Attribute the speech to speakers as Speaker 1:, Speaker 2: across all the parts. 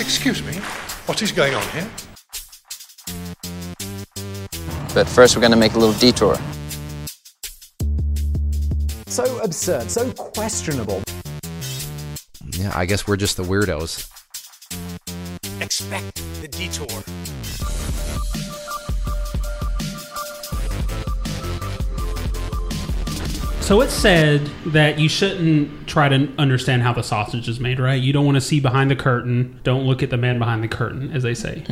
Speaker 1: Excuse me, what is going on here?
Speaker 2: But first, we're going to make a little detour.
Speaker 3: So absurd, so questionable.
Speaker 4: Yeah, I guess we're just the weirdos.
Speaker 5: Expect the detour.
Speaker 6: So it said that you shouldn't try to understand how the sausage is made, right? You don't want to see behind the curtain. Don't look at the man behind the curtain, as they say.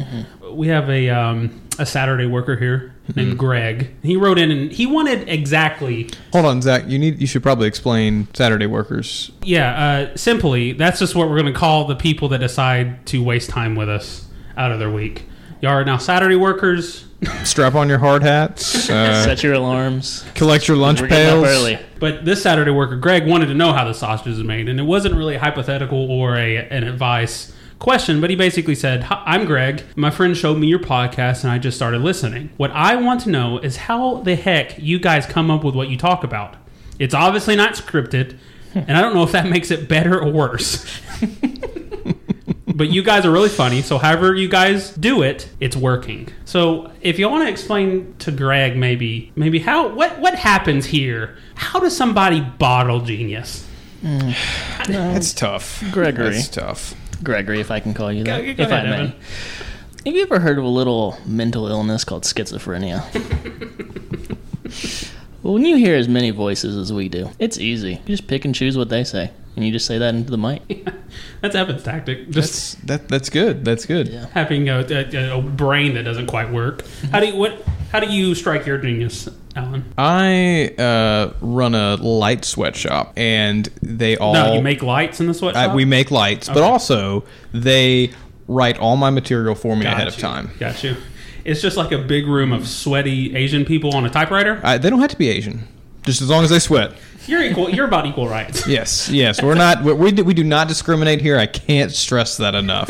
Speaker 6: We have a um, a Saturday worker here named Greg. He wrote in and he wanted exactly
Speaker 7: Hold on, Zach. You need. You should probably explain Saturday workers.
Speaker 6: Yeah, uh, simply, that's just what we're going to call the people that decide to waste time with us out of their week. Y'all are now Saturday workers,
Speaker 7: Strap on your hard hats. Uh,
Speaker 8: Set your alarms.
Speaker 7: collect your lunch
Speaker 8: We're getting
Speaker 7: pails.
Speaker 8: up early.
Speaker 6: but this Saturday worker, Greg, wanted to know how the sausage is made, and it wasn't really hypothetical or a an advice question, but he basically said, "Hi, "I'm Greg. My friend showed me your podcast, and I just started listening. What I want to know is how the heck you guys come up with what you talk about. It's obviously not scripted, and I don't know if that makes it better or worse." but you guys are really funny. So however you guys do it, it's working. So if you want to explain to Greg, maybe maybe how what what happens here? How does somebody bottle genius?
Speaker 7: It's tough.
Speaker 8: Gregory.
Speaker 7: It's tough.
Speaker 8: Gregory, if I can call you that.
Speaker 6: go
Speaker 8: if
Speaker 6: ahead,
Speaker 8: I may.
Speaker 6: Evan.
Speaker 8: Have you ever heard of a little mental illness called schizophrenia? well, when you hear as many voices as we do, it's easy. You just pick and choose what they say, and you just say that into the mic.
Speaker 6: That's Evan's tactic. Just
Speaker 7: That's that. That's good. That's good.
Speaker 8: Yeah.
Speaker 6: having a, a, a brain that doesn't quite work. How do you what? How do you strike your genius, Alan?
Speaker 7: I uh, run a light sweatshop, and they all
Speaker 6: no, you make lights in the sweatshop.
Speaker 7: I, we make lights, but
Speaker 6: Okay.
Speaker 7: also they write all my material for me
Speaker 6: Got
Speaker 7: ahead of
Speaker 6: you.
Speaker 7: time.
Speaker 6: Got you. It's just like a big room of sweaty Asian people on a typewriter.
Speaker 7: I, they don't have to be Asian, just as long as they sweat.
Speaker 6: You're equal. You're about equal rights.
Speaker 7: Yes, yes, we're not. We, we do, we do not discriminate here. I can't stress that enough.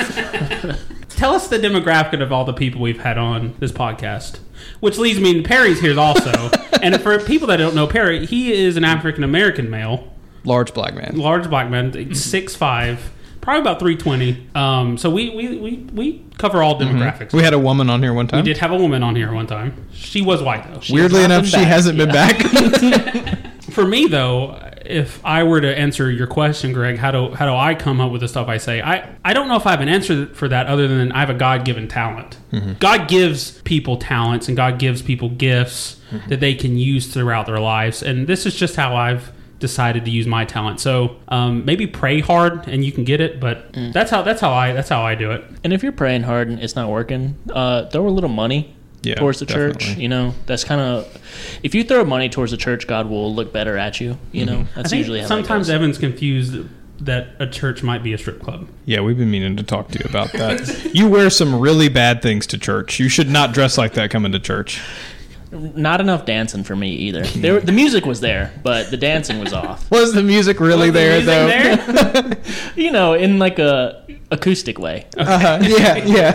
Speaker 6: Tell us the demographic of all the people we've had on this podcast, which leads me to Perry's here also. and for people that don't know Perry, he is an African American male,
Speaker 7: Large black man.
Speaker 6: large black man, six five, probably about three twenty. Um, so we, we we we cover all demographics.
Speaker 7: We had a woman on here one time.
Speaker 6: We did have a woman on here one time. She was white though.
Speaker 7: Weirdly enough, she hasn't been back.
Speaker 6: for me though if i were to answer your question greg how do how do i come up with the stuff i say i i don't know if i have an answer for that other than i have a god-given talent
Speaker 8: Mm-hmm.
Speaker 6: god gives people talents and god gives people gifts
Speaker 8: Mm-hmm.
Speaker 6: that they can use throughout their lives and this is just how i've decided to use my talent so um, maybe pray hard and you can get it but
Speaker 8: Mm.
Speaker 6: that's how that's how i that's how i do it
Speaker 8: And if you're praying hard and it's not working, uh, throw a little money
Speaker 7: Yeah,
Speaker 8: towards the church.
Speaker 7: definitely.
Speaker 8: You know, that's kind of if you throw money towards the church, God will look better at you. You
Speaker 7: Mm-hmm.
Speaker 8: know, that's
Speaker 6: I think
Speaker 8: usually how that
Speaker 6: sometimes
Speaker 8: goes.
Speaker 6: evan's confused that a church might be a strip club
Speaker 7: yeah, we've been meaning to talk to you about that. You wear some really bad things to church. You should not dress like that coming to church.
Speaker 8: not enough dancing for me either. There, the music was there, but the dancing was off.
Speaker 7: Was the music really there
Speaker 6: Music
Speaker 7: though?
Speaker 6: there?
Speaker 8: You know, in like a acoustic way.
Speaker 7: Uh-huh. Yeah, yeah.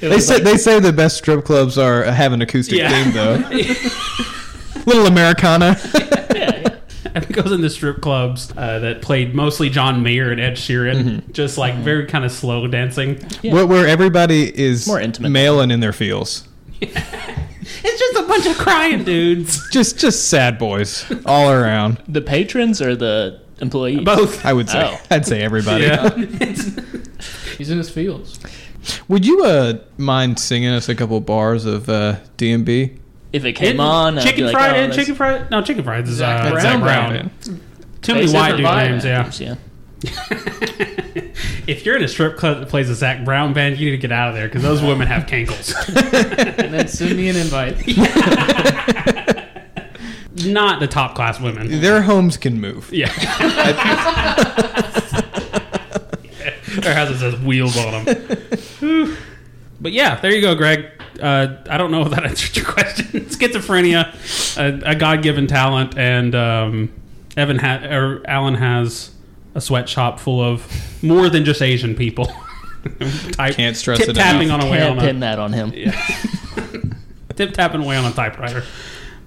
Speaker 7: They
Speaker 8: was
Speaker 7: say
Speaker 8: like-
Speaker 7: they say the best strip clubs are have an acoustic
Speaker 6: Yeah.
Speaker 7: theme though. Little Americana.
Speaker 6: Epic goes in the strip clubs uh, that played mostly John Mayer and Ed Sheeran,
Speaker 8: Mm-hmm.
Speaker 6: just like very kind of slow dancing.
Speaker 7: where, where everybody is
Speaker 8: More intimate.
Speaker 7: male and in their feels.
Speaker 6: It's just a bunch of crying dudes.
Speaker 7: Just just sad boys all around.
Speaker 8: The patrons or the employees?
Speaker 6: Both.
Speaker 7: I would say.
Speaker 8: Oh.
Speaker 7: I'd say everybody.
Speaker 9: He's in his fields.
Speaker 7: Would you uh, mind singing us a couple bars of uh, DMB?
Speaker 8: If it came on, I'd
Speaker 6: chicken
Speaker 8: be like,
Speaker 6: fried
Speaker 8: oh,
Speaker 6: and
Speaker 8: that's-
Speaker 6: chicken fried. No, chicken fried is uh,
Speaker 9: Zach
Speaker 6: Brown.
Speaker 9: Brown.
Speaker 6: Zach
Speaker 9: Zach
Speaker 6: Brown.
Speaker 7: Brown.
Speaker 6: Too many
Speaker 8: They
Speaker 6: white
Speaker 8: said
Speaker 6: dude
Speaker 9: Brown.
Speaker 6: names. Yeah.
Speaker 8: Yeah.
Speaker 6: If you're in a strip club that plays a Zach Brown band, you need to get out of there because those women have cankles.
Speaker 9: And then send me an invite.
Speaker 6: Not the top class women.
Speaker 7: Their homes can move.
Speaker 6: Yeah. Their houses has wheels on them. Whew. but yeah, there you go, Greg. Uh, I don't know if that answered your question. Schizophrenia, a, a God-given talent, and um, Evan ha- or Alan has a sweatshop full of more than just Asian people. Type,
Speaker 7: Can't stress
Speaker 6: tip
Speaker 7: it
Speaker 6: tapping on a way
Speaker 8: Can't
Speaker 6: on a,
Speaker 8: pin that on him.
Speaker 6: tip tapping away on a typewriter.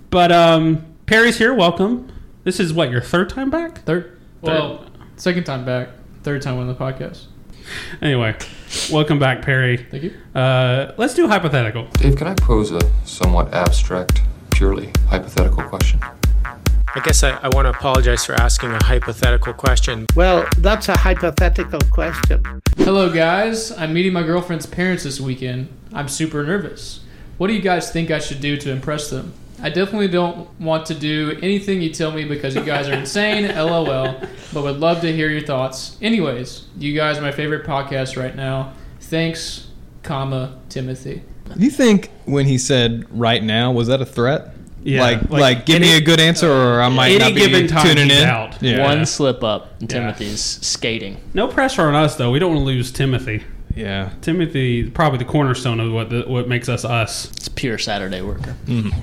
Speaker 6: But um, Perry's here. Welcome. This is what your third time back.
Speaker 9: Third. Well, second time back. Third time on the podcast.
Speaker 6: Anyway, welcome back, Perry.
Speaker 9: Thank you.
Speaker 6: Uh, let's do hypothetical.
Speaker 5: Dave, can I pose a somewhat abstract, purely hypothetical question?
Speaker 10: I guess I, I want to apologize for asking a hypothetical question.
Speaker 11: Well, that's a hypothetical question.
Speaker 9: Hello, guys. I'm meeting my girlfriend's parents this weekend. I'm super nervous. What do you guys think I should do to impress them? I definitely don't want to do anything you tell me because you guys are insane, lol, but would love to hear your thoughts. Anyways, you guys are my favorite podcast right now. Thanks, comma, Timothy.
Speaker 7: You think when he said right now, was that a threat?
Speaker 6: Yeah,
Speaker 7: Like,
Speaker 6: like
Speaker 7: like, give me a good answer or I might
Speaker 6: any
Speaker 7: not be
Speaker 6: given time
Speaker 7: tuning
Speaker 6: he's
Speaker 7: in.
Speaker 6: out.
Speaker 7: Yeah.
Speaker 8: One slip up, and Timothy's skating.
Speaker 6: No pressure on us though. We don't want to lose Timothy.
Speaker 7: Yeah.
Speaker 6: Timothy is probably the cornerstone of what the, what makes us us.
Speaker 8: It's pure Saturday worker.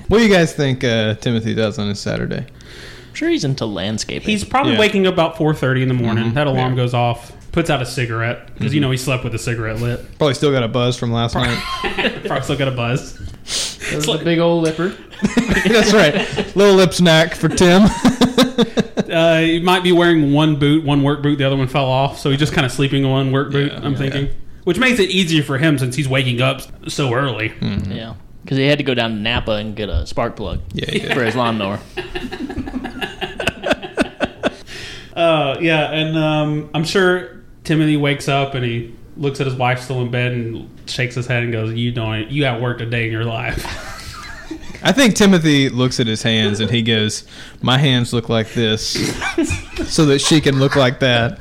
Speaker 7: What do you guys think uh, Timothy does on his Saturday?
Speaker 8: I'm sure he's into landscaping.
Speaker 6: He's probably
Speaker 7: Yeah.
Speaker 6: waking up about four thirty in the morning.
Speaker 9: Mm-hmm.
Speaker 6: That alarm goes off. Puts out a cigarette because you know he slept with a cigarette lit.
Speaker 7: Probably still got a buzz from last night.
Speaker 6: Probably still got a buzz.
Speaker 9: That was a big old lipper.
Speaker 7: That's right. Little lip snack for Tim.
Speaker 6: Uh, he might be wearing one boot, one work boot. The other one fell off, so he's just kind of sleeping on one work boot. I'm thinking, which makes it easier for him since he's waking up so early.
Speaker 8: yeah. Because he had to go down to Napa and get a spark plug
Speaker 7: yeah, yeah.
Speaker 8: for his lawnmower.
Speaker 6: Uh, yeah, and um, I'm sure Timothy wakes up and he looks at his wife still in bed and shakes his head and goes, "You don't, you outworked a day in your life."
Speaker 7: I think Timothy looks at his hands and he goes, "My hands look like this, so that she can look like that."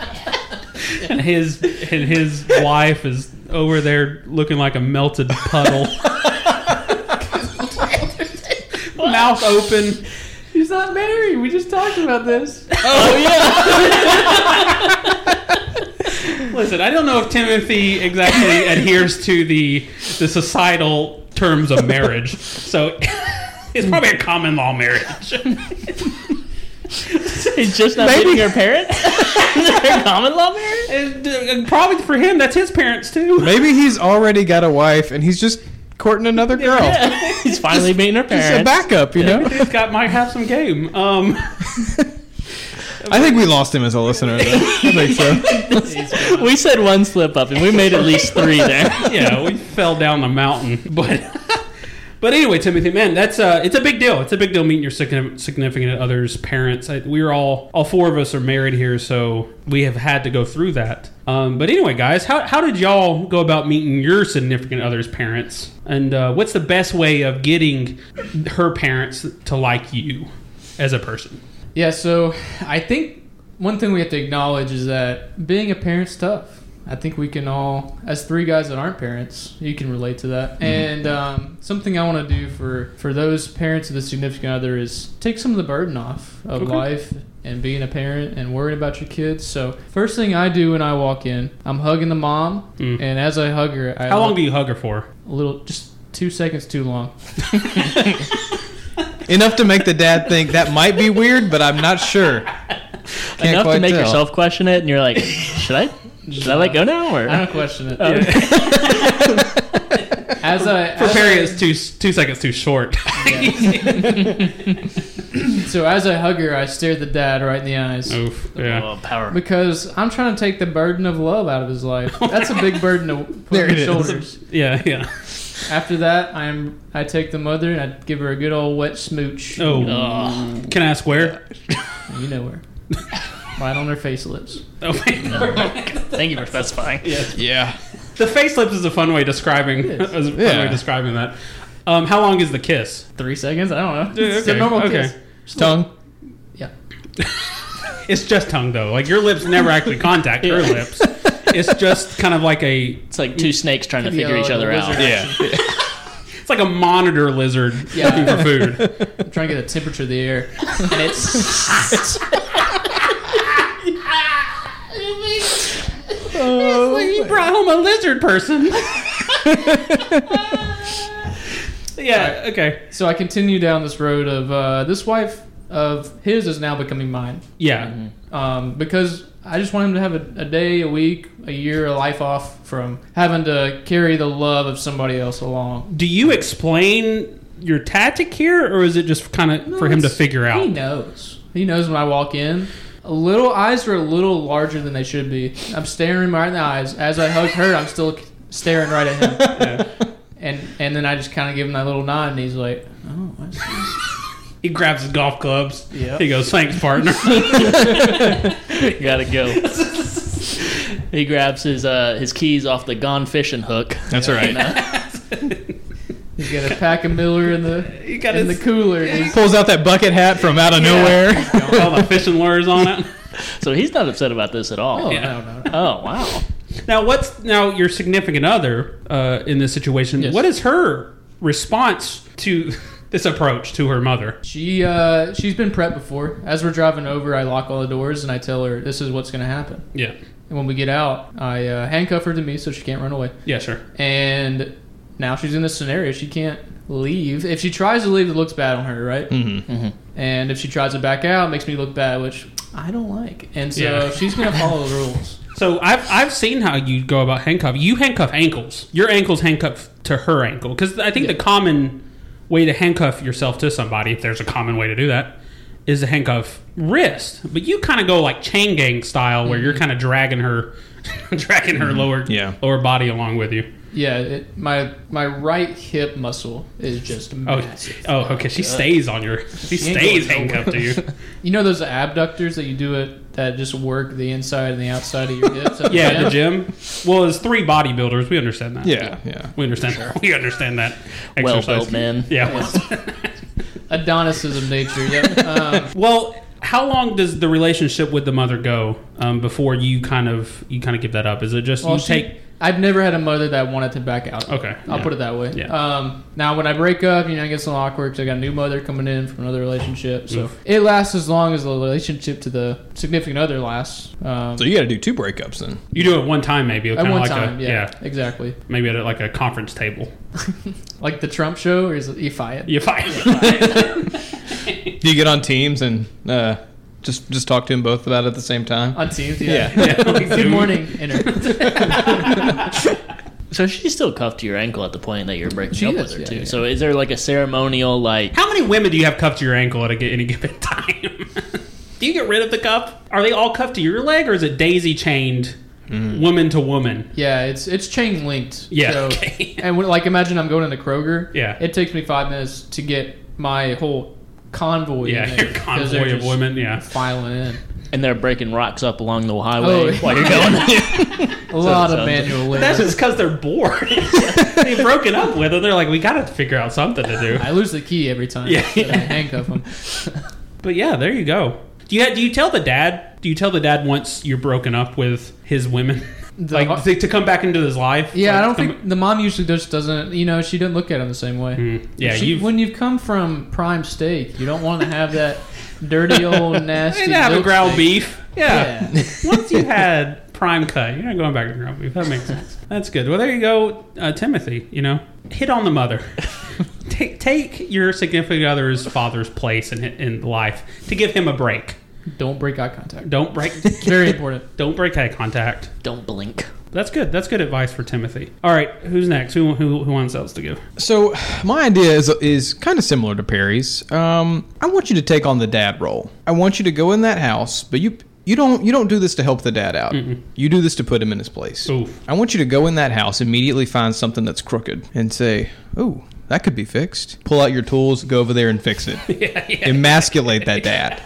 Speaker 6: and his and his wife is over there looking like a melted puddle, mouth open.
Speaker 9: He's not married. We just talked about this.
Speaker 6: Listen, I don't know if Timothy exactly adheres to the the societal terms of marriage, so it's probably a common law marriage.
Speaker 8: he's just not meeting your parents? They're common law married?
Speaker 6: And, uh, probably for him, that's his parents too.
Speaker 7: Maybe he's already got a wife and he's just courting another girl.
Speaker 8: He's finally meeting her
Speaker 7: It's a
Speaker 8: parents.
Speaker 7: backup, you know.
Speaker 6: This guy might have some game. Um,
Speaker 7: I think we lost him as a listener. Though. I think so.
Speaker 8: We said one slip up, and we made at least three there.
Speaker 6: yeah, we fell down the mountain, but but anyway, Timothy, man, that's uh, it's a big deal. It's a big deal meeting your signi- significant other's parents. I, we're all all four of us are married here, so we have had to go through that. Um, but anyway, guys, how how did y'all go about meeting your significant other's parents, and uh, what's the best way of getting her parents to like you as a person?
Speaker 9: Yeah, so I think one thing we have to acknowledge is that being a parent's tough. I think we can all, as three guys that aren't parents, you can relate to that.
Speaker 6: Mm-hmm.
Speaker 9: And um, something I want to do for for those parents of the significant other is take some of the burden off of
Speaker 6: Okay.
Speaker 9: life and being a parent and worrying about your kids. So first thing I do when I walk in, I'm hugging the mom, and as I hug her, I
Speaker 6: Mm. How long do you hug her for?
Speaker 9: a little just two seconds too long.
Speaker 7: Enough to make the dad think that might be weird, but I'm not sure. Can't
Speaker 8: Enough to
Speaker 7: quite
Speaker 8: make
Speaker 7: tell.
Speaker 8: yourself question it, and you're like, should I? Should I let go now? Or
Speaker 9: I don't question it.
Speaker 8: Okay.
Speaker 9: As I
Speaker 6: For
Speaker 9: as
Speaker 6: Perry,
Speaker 9: I-
Speaker 6: it's two two seconds too short.
Speaker 9: So as I hug her, I stare the dad right in the eyes.
Speaker 6: Oof. Yeah.
Speaker 8: Oh, power.
Speaker 9: Because I'm trying to take the burden of love out of his life. That's a big burden to put
Speaker 7: There
Speaker 9: on
Speaker 7: it is.
Speaker 9: his shoulders.
Speaker 6: Yeah, yeah.
Speaker 9: After that, I'm I take the mother and I give her a good old wet smooch.
Speaker 6: Oh,
Speaker 8: Ugh.
Speaker 6: can I ask where?
Speaker 9: You know her. right on her face lips.
Speaker 6: Oh,
Speaker 8: Thank you for specifying.
Speaker 7: Yeah.
Speaker 6: the facelips is a fun way describing is a fun
Speaker 7: Yeah.
Speaker 6: way describing that. Um, how long is the kiss?
Speaker 9: Three seconds? I don't know. It's a
Speaker 6: okay,
Speaker 9: normal
Speaker 6: okay.
Speaker 9: kiss.
Speaker 7: Tongue.
Speaker 9: Yeah.
Speaker 6: It's just tongue though. Like your lips never actually contact her
Speaker 8: Yeah.
Speaker 6: lips. It's just kind of like a
Speaker 8: It's like two snakes trying to
Speaker 9: Yeah,
Speaker 8: figure each
Speaker 9: like a
Speaker 8: other out.
Speaker 9: lizard.
Speaker 6: it's like a monitor lizard
Speaker 9: Yeah.
Speaker 6: looking for food.
Speaker 9: I'm trying to get the temperature of the air. And it's
Speaker 6: you brought home a lizard person. yeah. Okay.
Speaker 9: so I continue down this road of uh, this wife of his is now becoming mine.
Speaker 6: Yeah.
Speaker 9: um, because I just want him to have a, a day, a week, a year, a life off from having to carry the love of somebody else along.
Speaker 6: Do you explain your tactic here, or is it just kind of for him to
Speaker 9: it's-
Speaker 6: figure
Speaker 9: He
Speaker 6: out?
Speaker 9: knows. He knows when I walk in. A little eyes are a little larger than they should be. I'm staring right in the eyes. As I hug her, I'm still staring right at him. And and then I just kind of give him that little nod, and he's like, "Oh, I see."
Speaker 6: He grabs his golf clubs.
Speaker 9: Yep.
Speaker 6: He goes, thanks, partner.
Speaker 8: Gotta go. he grabs his uh, his keys off the gone fishing hook. uh,
Speaker 7: That's all right.
Speaker 9: he's got a pack of Miller in the
Speaker 6: he got
Speaker 9: in the
Speaker 6: his,
Speaker 9: cooler." and he's-
Speaker 7: Pulls out that bucket hat from out of nowhere.
Speaker 6: all the fishing lures on it.
Speaker 8: So he's not upset about this at all.
Speaker 9: oh
Speaker 8: Oh,
Speaker 6: Yeah.
Speaker 9: no, no, no.
Speaker 8: wow.
Speaker 6: Now, what's now your significant other uh, in this situation?
Speaker 9: Yes.
Speaker 6: What is her response to this approach to her mother?
Speaker 9: She uh, she's been prepped before. As we're driving over, I lock all the doors and I tell her this is what's going to happen.
Speaker 6: Yeah,
Speaker 9: And when we get out, I uh, handcuff her to me so she can't run away.
Speaker 6: yeah, sure.
Speaker 9: And now she's in this scenario. She can't leave. If she tries to leave, it looks bad on her, right?
Speaker 6: Mm-hmm.
Speaker 7: Mhm.
Speaker 9: And if she tries to back out, it makes me look bad, which I don't like. And so
Speaker 6: Yeah.
Speaker 9: she's going to follow the rules.
Speaker 6: So I've I've seen how you go about handcuff. You handcuff ankles. Your ankle's handcuffed to her ankle because I think the common way to handcuff yourself to somebody, if there's a common way to do that, is to handcuff wrist. But you kind of go like chain gang style, where you're kind of dragging her, dragging her lower
Speaker 7: Yeah.
Speaker 6: lower body along with you.
Speaker 9: Yeah, it, my my right hip muscle is just
Speaker 6: Oh,
Speaker 9: massive.
Speaker 6: oh, okay. She stays on your. She
Speaker 9: She ain't going
Speaker 6: stays handcuffed to you.
Speaker 9: You know those abductors that you do it that just work the inside and the outside of your hips? at
Speaker 6: Yeah, the gym. Well, it's three bodybuilders. We understand that.
Speaker 7: Yeah, yeah.
Speaker 6: we understand. that. We understand that.
Speaker 8: Well
Speaker 6: exercise.
Speaker 8: built men.
Speaker 6: Yeah.
Speaker 9: Adonicism nature. Yep. Um,
Speaker 6: Well, how long does the relationship with the mother go um, before you kind of you kind of give that up? Is it just
Speaker 9: well,
Speaker 6: you
Speaker 9: she-
Speaker 6: take?
Speaker 9: I've never had a mother that wanted to back out.
Speaker 6: Okay,
Speaker 9: I'll
Speaker 6: yeah.
Speaker 9: put it that way.
Speaker 6: Yeah.
Speaker 9: Um, now, when I break up, you know, it gets a little awkward because I got a new mother coming in from another relationship. So it lasts as long as the relationship to the significant other lasts. Um,
Speaker 7: So you got to do two breakups then.
Speaker 6: You do it one time, maybe.
Speaker 9: at
Speaker 6: kinda
Speaker 9: one
Speaker 6: like
Speaker 9: time,
Speaker 6: a,
Speaker 9: yeah, exactly.
Speaker 6: Maybe at a, like a conference table.
Speaker 9: Like the Trump show, or is it you fight?
Speaker 6: You fight.
Speaker 7: Do you get on teams and uh, just just talk to them both about it at the same time?
Speaker 9: on teams. Yeah.
Speaker 7: Yeah.
Speaker 9: Good morning, Inner.
Speaker 8: So she's still cuffed to your ankle at the point that you're breaking
Speaker 9: She
Speaker 8: up
Speaker 9: is,
Speaker 8: with her
Speaker 9: yeah,
Speaker 8: too.
Speaker 9: yeah.
Speaker 8: So is there like a ceremonial like?
Speaker 6: How many women do you have cuffed to your ankle at a, gi- any given time? do you get rid of the cuff? Are they all cuffed to your leg, or is it daisy chained, woman to woman?
Speaker 9: Yeah, it's it's chain linked.
Speaker 6: Yeah,
Speaker 9: So,
Speaker 6: okay.
Speaker 9: and when, like imagine I'm going into Kroger.
Speaker 6: Yeah.
Speaker 9: It takes me five minutes to get my whole convoy. in
Speaker 6: Yeah,
Speaker 9: there,
Speaker 6: your
Speaker 9: 'cause they're
Speaker 6: convoy of
Speaker 9: just
Speaker 6: women. Yeah,
Speaker 9: filing in.
Speaker 8: And they're breaking rocks up along the highway
Speaker 9: Oh.
Speaker 8: while you're going.
Speaker 9: A lot
Speaker 8: sounds-
Speaker 9: of manual labor.
Speaker 6: that's just because they're bored. They've broken up with her. They're like, we got to figure out something to do.
Speaker 9: I lose the key every time.
Speaker 6: Yeah.
Speaker 9: that I handcuff him.
Speaker 6: But yeah, there you go. Do you do you tell the dad? Do you tell the dad once you're broken up with his women,
Speaker 9: The-
Speaker 6: like to, to come back into his life?
Speaker 9: Yeah, I don't
Speaker 6: Like, come-
Speaker 9: think the mom usually just doesn't. You know, she didn't look at him the same way.
Speaker 6: Mm, yeah,
Speaker 9: She-
Speaker 6: you've-
Speaker 9: when you've come from prime steak, you don't want to have that dirty old nasty.
Speaker 6: They have a
Speaker 9: milk
Speaker 6: ground
Speaker 9: steak.
Speaker 6: beef. Yeah.
Speaker 9: Yeah.
Speaker 6: Once you had prime cut, you're not going back to ground beef. That makes sense. That's good. Well, there you go, uh, Timothy. You know, hit on the mother. take take your significant other's father's place in in life to give him a break.
Speaker 9: Don't break eye contact.
Speaker 6: Don't break.
Speaker 9: Very important.
Speaker 6: don't break eye contact.
Speaker 8: Don't blink.
Speaker 6: That's good. That's good advice for Timothy. All right, who's next? Who who who wants else to give?
Speaker 7: So my idea is is kind of similar to Perry's. Um, I want you to take on the dad role. I want you to go in that house, but you you don't you don't do this to help the dad out. You do this to put him in his place.
Speaker 6: Oof.
Speaker 7: I want you to go in that house immediately find something that's crooked and say, "Oh, that could be fixed." Pull out your tools, go over there and fix it. Emasculate that dad.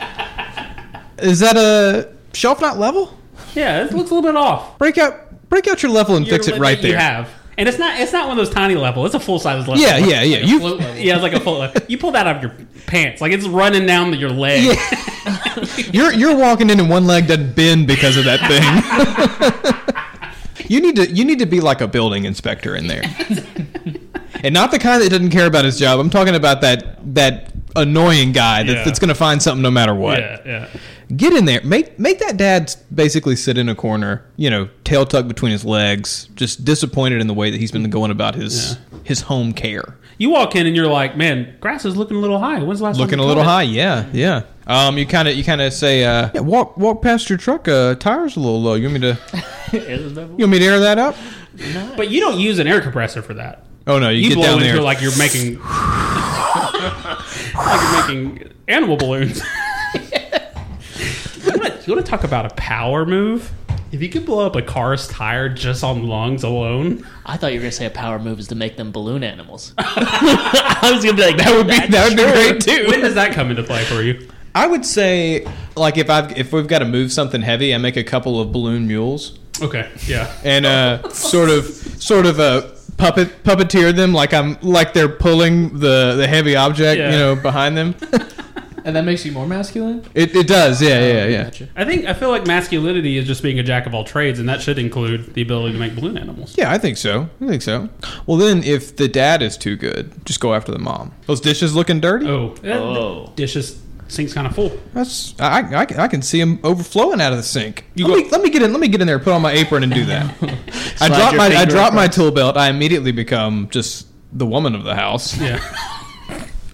Speaker 7: is that a shelf not level?
Speaker 6: Yeah, it looks a little bit off.
Speaker 7: Break out break out your level and
Speaker 6: Your
Speaker 7: fix it
Speaker 6: limit
Speaker 7: right there.
Speaker 6: You have, and it's not it's not one of those tiny level. It's a full size level.
Speaker 7: Yeah, yeah, yeah. You
Speaker 9: Float level.
Speaker 6: Yeah, it's like a full. you pull that out of your pants, like it's running down your leg.
Speaker 7: You're you're walking in and one leg doesn't bend because of that thing. you need to you need to be like a building inspector in there, and not the kind that doesn't care about his job. I'm talking about that that annoying guy that,
Speaker 6: Yeah.
Speaker 7: that's going to find something no matter what.
Speaker 6: yeah, yeah.
Speaker 7: Get in there, make make that dad basically sit in a corner, you know, tail tucked between his legs, just disappointed in the way that he's been going about his his home care.
Speaker 6: You walk in and you're like, man, grass is looking a little high. When's the last
Speaker 7: looking
Speaker 6: time
Speaker 7: a
Speaker 6: you
Speaker 7: little
Speaker 6: cut it?"
Speaker 7: high. Yeah, yeah. Um, you kind of you kind of say, uh, yeah, walk walk past your truck. Uh, tires a little low. You want me to you want me to air that up?
Speaker 6: But you don't use an air compressor for that.
Speaker 7: Oh no, you,
Speaker 6: You
Speaker 7: get
Speaker 6: blow
Speaker 7: down
Speaker 6: into
Speaker 7: there.
Speaker 6: like you're making like you're making animal balloons. I'm gonna You want to talk about a power move? If you could blow up a car's tire just on lungs alone,
Speaker 8: I thought you were gonna say a power move is to make them balloon animals. I was gonna be like, that would be
Speaker 7: that would be great too.
Speaker 6: when does that come into play for you?
Speaker 7: I would say, like, if I've if we've got to move something heavy, I make a couple of balloon mules
Speaker 6: Okay, yeah.
Speaker 7: and uh, sort of sort of uh, puppet puppeteer them like I'm like they're pulling the the heavy object,
Speaker 6: Yeah.
Speaker 7: you know, behind them.
Speaker 9: And that makes you more masculine?
Speaker 7: It, it does, yeah,
Speaker 6: Oh,
Speaker 7: yeah, yeah.
Speaker 9: Gotcha.
Speaker 6: I think I feel like masculinity is just being a jack of all trades, and that should include the ability to make balloon animals.
Speaker 7: Yeah, I think so. I think so. Well, then, if the dad is too good, just go after the mom. Those dishes looking dirty.
Speaker 6: Oh, that
Speaker 8: Oh.
Speaker 6: dish is sinks kind of full.
Speaker 7: That's I, I, I can- I can see them overflowing out of the sink.
Speaker 6: You
Speaker 7: let,
Speaker 6: go-
Speaker 7: me, let me get in. Let me get in there. Put on my apron and do that. I
Speaker 8: Slide
Speaker 7: drop
Speaker 8: your
Speaker 7: my I
Speaker 8: finger
Speaker 7: drop my
Speaker 8: across.
Speaker 7: tool belt. I immediately become just the woman of the house.
Speaker 6: Yeah.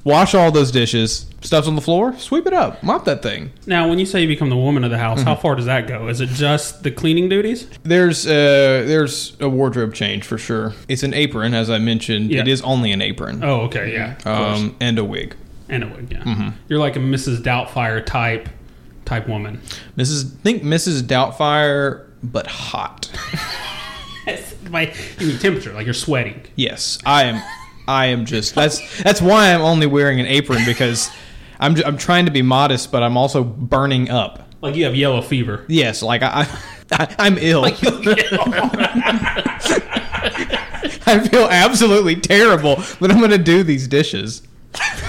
Speaker 7: Wash all those dishes. Stuff's on the floor. Sweep it up. Mop that thing.
Speaker 6: now, when you say you become the woman of the house, how far does that go? Is it just the cleaning duties?
Speaker 7: There's uh there's a wardrobe change for sure. It's an apron, as I mentioned.
Speaker 6: Yeah.
Speaker 7: It is only an apron.
Speaker 6: Oh, okay, yeah.
Speaker 7: um, and a wig.
Speaker 6: And it would, yeah. You're like a Mrs. Doubtfire type type woman.
Speaker 7: Mrs. Think Mrs. Doubtfire, but hot.
Speaker 6: My you mean temperature, like you're sweating.
Speaker 7: Yes, I am. I am just that's that's why I'm only wearing an apron because I'm ju- I'm trying to be modest, but I'm also burning up.
Speaker 6: Like you have yellow fever.
Speaker 7: Yes, like I, I I'm ill. I feel absolutely terrible, but I'm gonna do these dishes.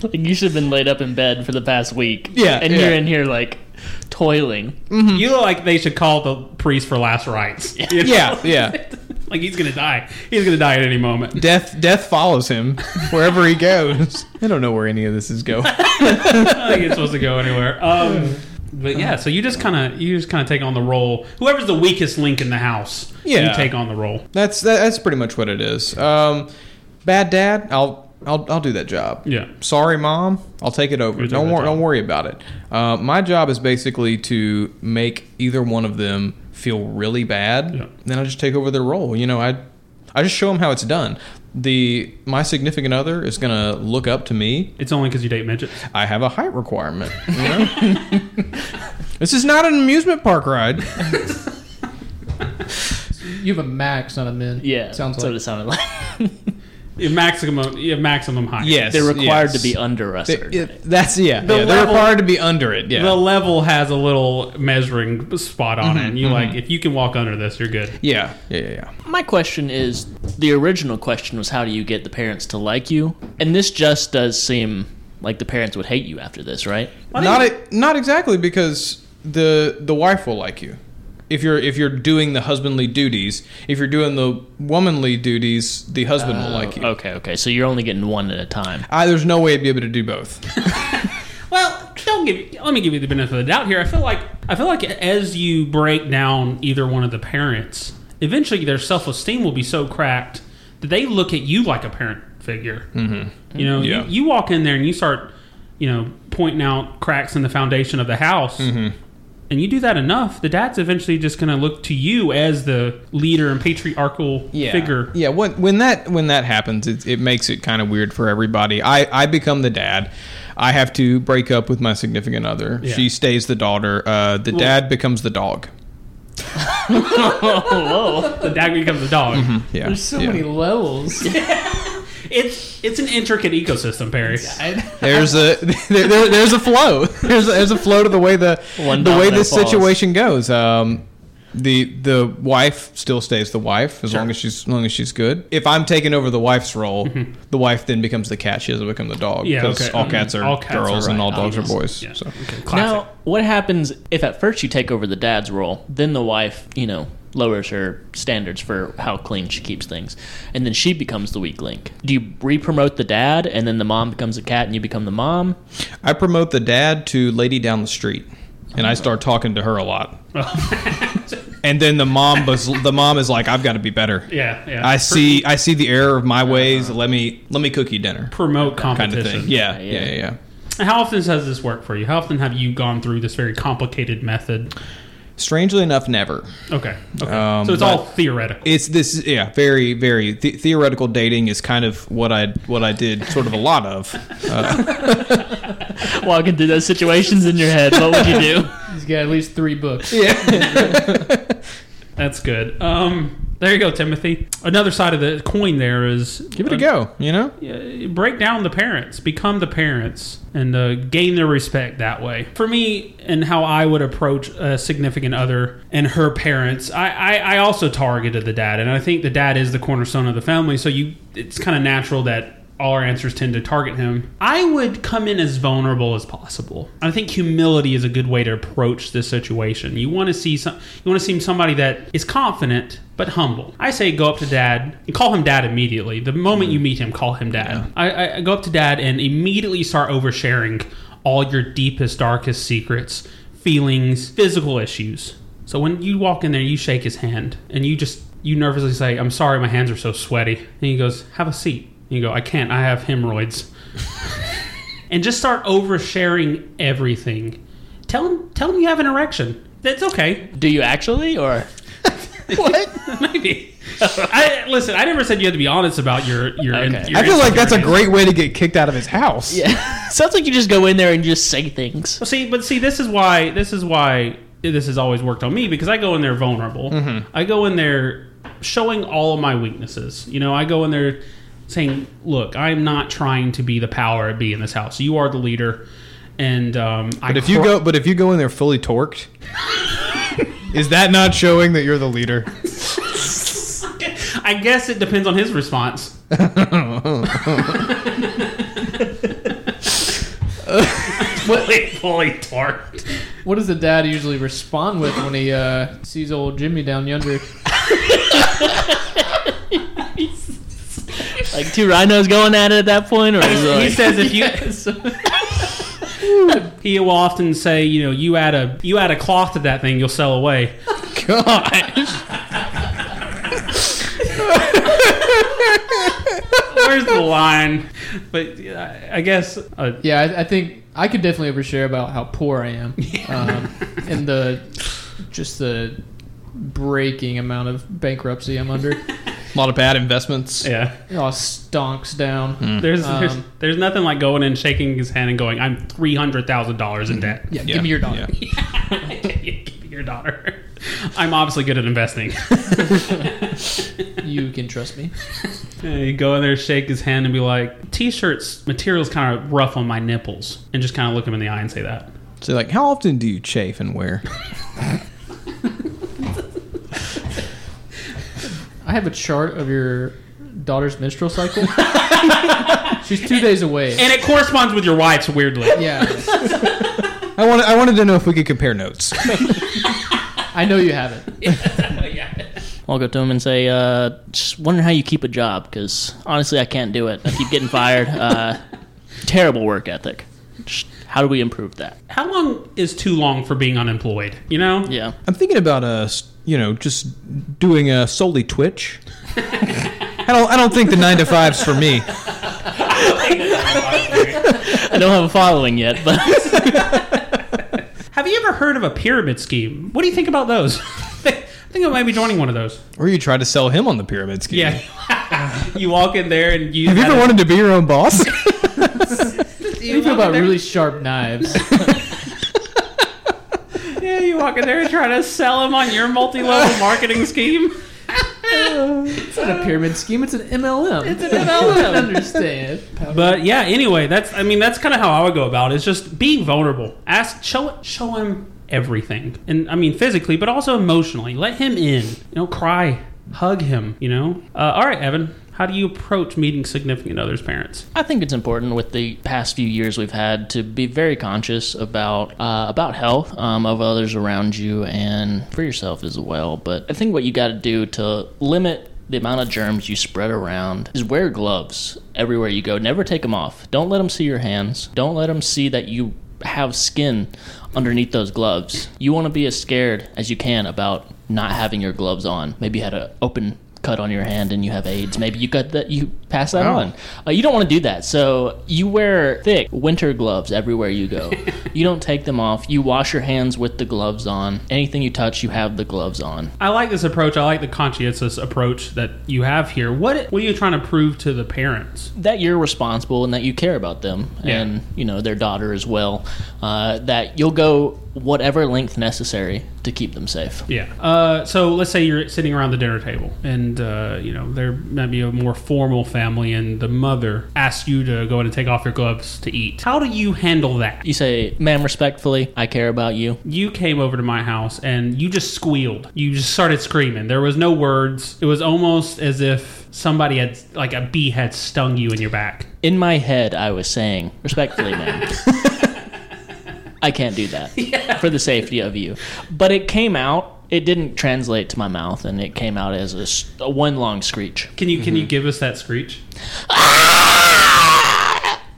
Speaker 8: Like, you should have been laid up in bed for the past week.
Speaker 7: Yeah,
Speaker 8: and
Speaker 7: yeah. Mm,
Speaker 8: you're in here like toiling.
Speaker 6: You look like they should call the priest for last rites. You know?
Speaker 7: Yeah, yeah.
Speaker 6: like he's gonna die. He's gonna die at any moment.
Speaker 7: Death death follows him wherever he goes. I don't know where any of this is going.
Speaker 6: I think it's supposed to go anywhere. Um, but yeah, so you just kind of you just kind of take on the role. Whoever's the weakest link in the house,
Speaker 7: Yeah.
Speaker 6: you take on the role.
Speaker 7: That's that, that's pretty much what it is. Um, bad dad, I'll I'll I'll do that job.
Speaker 6: Yeah.
Speaker 7: Sorry, mom, I'll take it over.
Speaker 6: You're
Speaker 7: Don't
Speaker 6: doing
Speaker 7: wor-
Speaker 6: that
Speaker 7: don't
Speaker 6: job.
Speaker 7: worry about it. Uh, my job is basically to make either one of them feel really bad.
Speaker 6: Yeah.
Speaker 7: Then I just take over their role. You know, I I just show them how it's done. The my significant other is gonna look up to me.
Speaker 6: It's only because you date midgets.
Speaker 7: I have a height requirement. You know? this is not an amusement park ride.
Speaker 9: You have a max, not a min.
Speaker 8: Yeah,
Speaker 9: Sounds
Speaker 8: that's
Speaker 9: like.
Speaker 8: what it sounded like.
Speaker 6: You have maximum, you have maximum height.
Speaker 7: Yes,
Speaker 8: They're required
Speaker 7: yes.
Speaker 8: to be under us.
Speaker 7: They- it- that's yeah.
Speaker 6: The
Speaker 7: yeah, they're
Speaker 6: level-
Speaker 7: required to be under it. Yeah.
Speaker 6: The level has a little measuring spot on it, and you like if you can walk under this, you're good.
Speaker 7: Yeah, yeah, yeah, yeah.
Speaker 8: My question is the original question was how do you get the parents to like you? And this just does seem like the parents would hate you after this, right?
Speaker 7: Not e- not exactly because the the wife will like you if you're if you're doing the husbandly duties. If you're doing the womanly duties, the husband will like you.
Speaker 8: Okay, okay. So you're only getting one at a time.
Speaker 7: I, there's no way to be able to do both.
Speaker 6: Well, don't give. Let me give you the benefit of the doubt here. I feel like I feel like as you break down either one of the parents, eventually their self esteem will be so cracked that they look at you like a parent figure. Mm-hmm. You know,
Speaker 7: Yeah.
Speaker 6: you, you walk in there and you start, you know, pointing out cracks in the foundation of the house.
Speaker 7: Mm-hmm.
Speaker 6: And you do that enough, the dad's eventually just going to look to you as the leader and patriarchal figure.
Speaker 7: Yeah, when when that when that happens, it, it makes it kind of weird for everybody. I I become the dad. I have to break up with my significant other.
Speaker 6: Yeah.
Speaker 7: She stays the daughter. Uh, the dad becomes the dog.
Speaker 6: The dad becomes a dog.
Speaker 7: Yeah.
Speaker 9: There's so
Speaker 7: yeah.
Speaker 9: many levels.
Speaker 6: It's it's an intricate ecosystem, Perry.
Speaker 7: There's a there, there- there's a flow. There's a, there's a flow to the way the
Speaker 8: One
Speaker 7: the way
Speaker 8: domino
Speaker 7: this
Speaker 8: falls.
Speaker 7: situation goes. Um, the the wife still stays the wife as long as she's as long as she's good. If I'm taking over the wife's role, the wife then becomes the cat. She doesn't become the
Speaker 6: Mm-hmm.
Speaker 7: dog
Speaker 6: Yeah,
Speaker 7: because
Speaker 6: okay.
Speaker 7: all
Speaker 6: Mhm.
Speaker 7: cats are
Speaker 6: All cats are
Speaker 7: girls and
Speaker 6: right.
Speaker 7: all dogs are
Speaker 6: Obvious.
Speaker 7: boys.
Speaker 6: Yeah.
Speaker 7: So
Speaker 6: Okay,
Speaker 8: Now,
Speaker 6: classic.
Speaker 8: what happens if at first you take over the dad's role, then the wife, you know, lowers her standards for how clean she keeps things, and then she becomes the weak link? Do you re-promote the dad, and then the mom becomes a cat, and you become the mom?
Speaker 7: I promote the dad to lady down the street, and
Speaker 6: Oh.
Speaker 7: I start talking to her a lot. and then the mom was the mom is like, I've got to be better.
Speaker 6: yeah, Uh-huh. yeah.
Speaker 7: I
Speaker 6: Pr-
Speaker 7: see. I see the error of my ways. Let me let me cook you dinner.
Speaker 6: promote
Speaker 7: kind
Speaker 6: competition.
Speaker 7: of thing. Yeah,
Speaker 8: Yeah,
Speaker 7: yeah,
Speaker 8: yeah.
Speaker 7: yeah. yeah.
Speaker 6: How often has this worked for you? How often have you gone through this very complicated method?
Speaker 7: Strangely enough, never.
Speaker 6: Okay. Okay.
Speaker 7: Um,
Speaker 6: so it's
Speaker 7: but-
Speaker 6: all theoretical.
Speaker 7: It's this, yeah, very, very the theoretical dating is kind of what I what I did, sort of a lot of. Uh,
Speaker 8: walking through those situations in your head, what would you do?
Speaker 9: He's got at least three books.
Speaker 6: That's good. Um, there you go, Timothy. Another side of the coin there is
Speaker 7: Give it a go, you know?
Speaker 6: uh, break down the parents, become the parents, and uh, gain their respect that way. For me, and how I would approach a significant other and her parents, I, I, I also targeted the dad, and I think the dad is the cornerstone of the family. So you, it's kind of natural that all our answers tend to target him. I would come in as vulnerable as possible. I think humility is a good way to approach this situation. You want to see some, you want to seem somebody that is confident but humble. I say go up to dad and call him dad immediately. The moment you meet him, call him dad. I, I, I go up to dad and immediately start oversharing all your deepest, darkest secrets, feelings, physical issues. So when you walk in there, you shake his hand and you just you nervously say, "I'm sorry, my hands are so sweaty." And he goes, "Have a seat." And you go, "I can't. I have hemorrhoids." and just start oversharing everything. Tell him tell him you have an erection. That's okay.
Speaker 8: Do you actually, or
Speaker 6: Maybe. I listen. I never said you had to be honest about your your.
Speaker 8: Okay.
Speaker 6: your
Speaker 7: I feel like that's a
Speaker 6: insecurities.
Speaker 7: great way to get kicked out of his house.
Speaker 8: sounds like you just go in there and just say things?
Speaker 6: Well, see, but see, this is why this is why this has always worked on me because I go in there vulnerable.
Speaker 7: Mm-hmm.
Speaker 6: I go in there showing all of my weaknesses. You know, I go in there saying, "Look, I'm not trying to be the power at be in this house. You are the leader." And um, I
Speaker 7: But if you
Speaker 6: cry-
Speaker 7: go, but if you go in there fully torqued, is that not showing that you're the leader?
Speaker 6: I guess it depends on his response. Fully, fully torqued.
Speaker 9: What does the dad usually respond with when he uh, sees old Jimmy down yonder?
Speaker 8: Like two rhinos going at it at that point, or is it
Speaker 6: He
Speaker 8: like,
Speaker 6: says if you. he will often say, you know, you add a you add a cloth to that thing, you'll sell away. Where's the line? But uh, I guess uh,
Speaker 9: Yeah, I, I think I could definitely overshare about how poor I am, um, and the just the breaking amount of bankruptcy I'm under.
Speaker 7: A lot of bad investments.
Speaker 6: yeah.
Speaker 9: It all stonks down.
Speaker 6: There's, there's
Speaker 9: Um,
Speaker 6: there's nothing like going and shaking his hand and going, I'm three hundred thousand dollars in debt.
Speaker 9: Yeah, give me your dollar.
Speaker 7: yeah.
Speaker 6: Give me your daughter. I'm obviously good at investing.
Speaker 9: You can trust me.
Speaker 6: Yeah, You go in there, shake his hand, and be like, "T-shirts material's kind of rough on my nipples," and just kind of look him in the eye and say that.
Speaker 7: So, like, how often do you chafe and where?
Speaker 9: I have a chart of your daughter's menstrual cycle. She's two days away.
Speaker 6: And it corresponds with your wife's weirdly.
Speaker 9: Yeah,
Speaker 7: I wanted, I wanted to know if we could compare notes.
Speaker 9: I know you have it.
Speaker 8: I'll go to him and say, uh, just wondering how you keep a job because honestly, I can't do it. I keep getting fired. Uh, terrible work ethic. Just, how do we improve that?
Speaker 6: How long is too long for being unemployed? You know?
Speaker 8: Yeah,
Speaker 7: I'm thinking about uh, you know, just doing uh, solely Twitch. I don't, I don't think the nine to fives for me.
Speaker 8: I don't have a following yet, but
Speaker 6: Have you ever heard of a pyramid scheme? What do you think about those? I think I might be joining one of those.
Speaker 7: Or you try to sell him on the pyramid scheme.
Speaker 6: Yeah. you walk in there and you.
Speaker 7: Have you ever wanted to be your own boss?
Speaker 9: What do you feel about really sharp knives?
Speaker 6: Yeah, you walk in there and try to sell them on your multi-level marketing scheme.
Speaker 9: It's not a pyramid scheme. It's an MLM. It's an
Speaker 6: MLM.
Speaker 9: understand.
Speaker 6: But yeah, anyway, that's I mean that's kind of how I would go about it. It's just being vulnerable. Ask show show him everything, and I mean physically, but also emotionally. Let him in. You know, cry, hug him. You know. Uh, all right, Evan. How do you approach meeting significant other's parents?
Speaker 8: I think it's important with the past few years we've had to be very conscious about uh, about health um, of others around you and for yourself as well. But I think what you got to do to limit the amount of germs you spread around is wear gloves everywhere you go. Never take them off. Don't let them see your hands. Don't let them see that you have skin underneath those gloves. You want to be as scared as you can about not having your gloves on. Maybe you had an open cut on your hand and you have AIDS. Maybe you got that you pass that on. Uh, you don't want to do that. So you wear thick winter gloves everywhere you go. You don't take them off. You wash your hands with the gloves on. Anything you touch, you have the gloves on.
Speaker 6: I like this approach. I like the conscientious approach that you have here. What what are you trying to prove to the parents?
Speaker 8: that you're responsible and that you care about them
Speaker 6: Yeah.
Speaker 8: and you know their daughter as well uh, that you'll go whatever length necessary to keep them safe
Speaker 6: Yeah. Uh, so let's say you're sitting around the dinner table, and uh, you know there might be a more formal family, and the mother asks you to go in and take off your gloves to eat. How do you handle that?
Speaker 8: you say ma'am respectfully i care about you
Speaker 6: You came over to my house and you just squealed. You just started screaming. There was no words. It was almost as if somebody had, like a bee had stung you in your back.
Speaker 8: in my head i was saying respectfully ma'am i can't do that for the safety of you but it came out it didn't translate to my mouth and it came out as a s a a one long screech
Speaker 6: Can you can you give us that screech? How-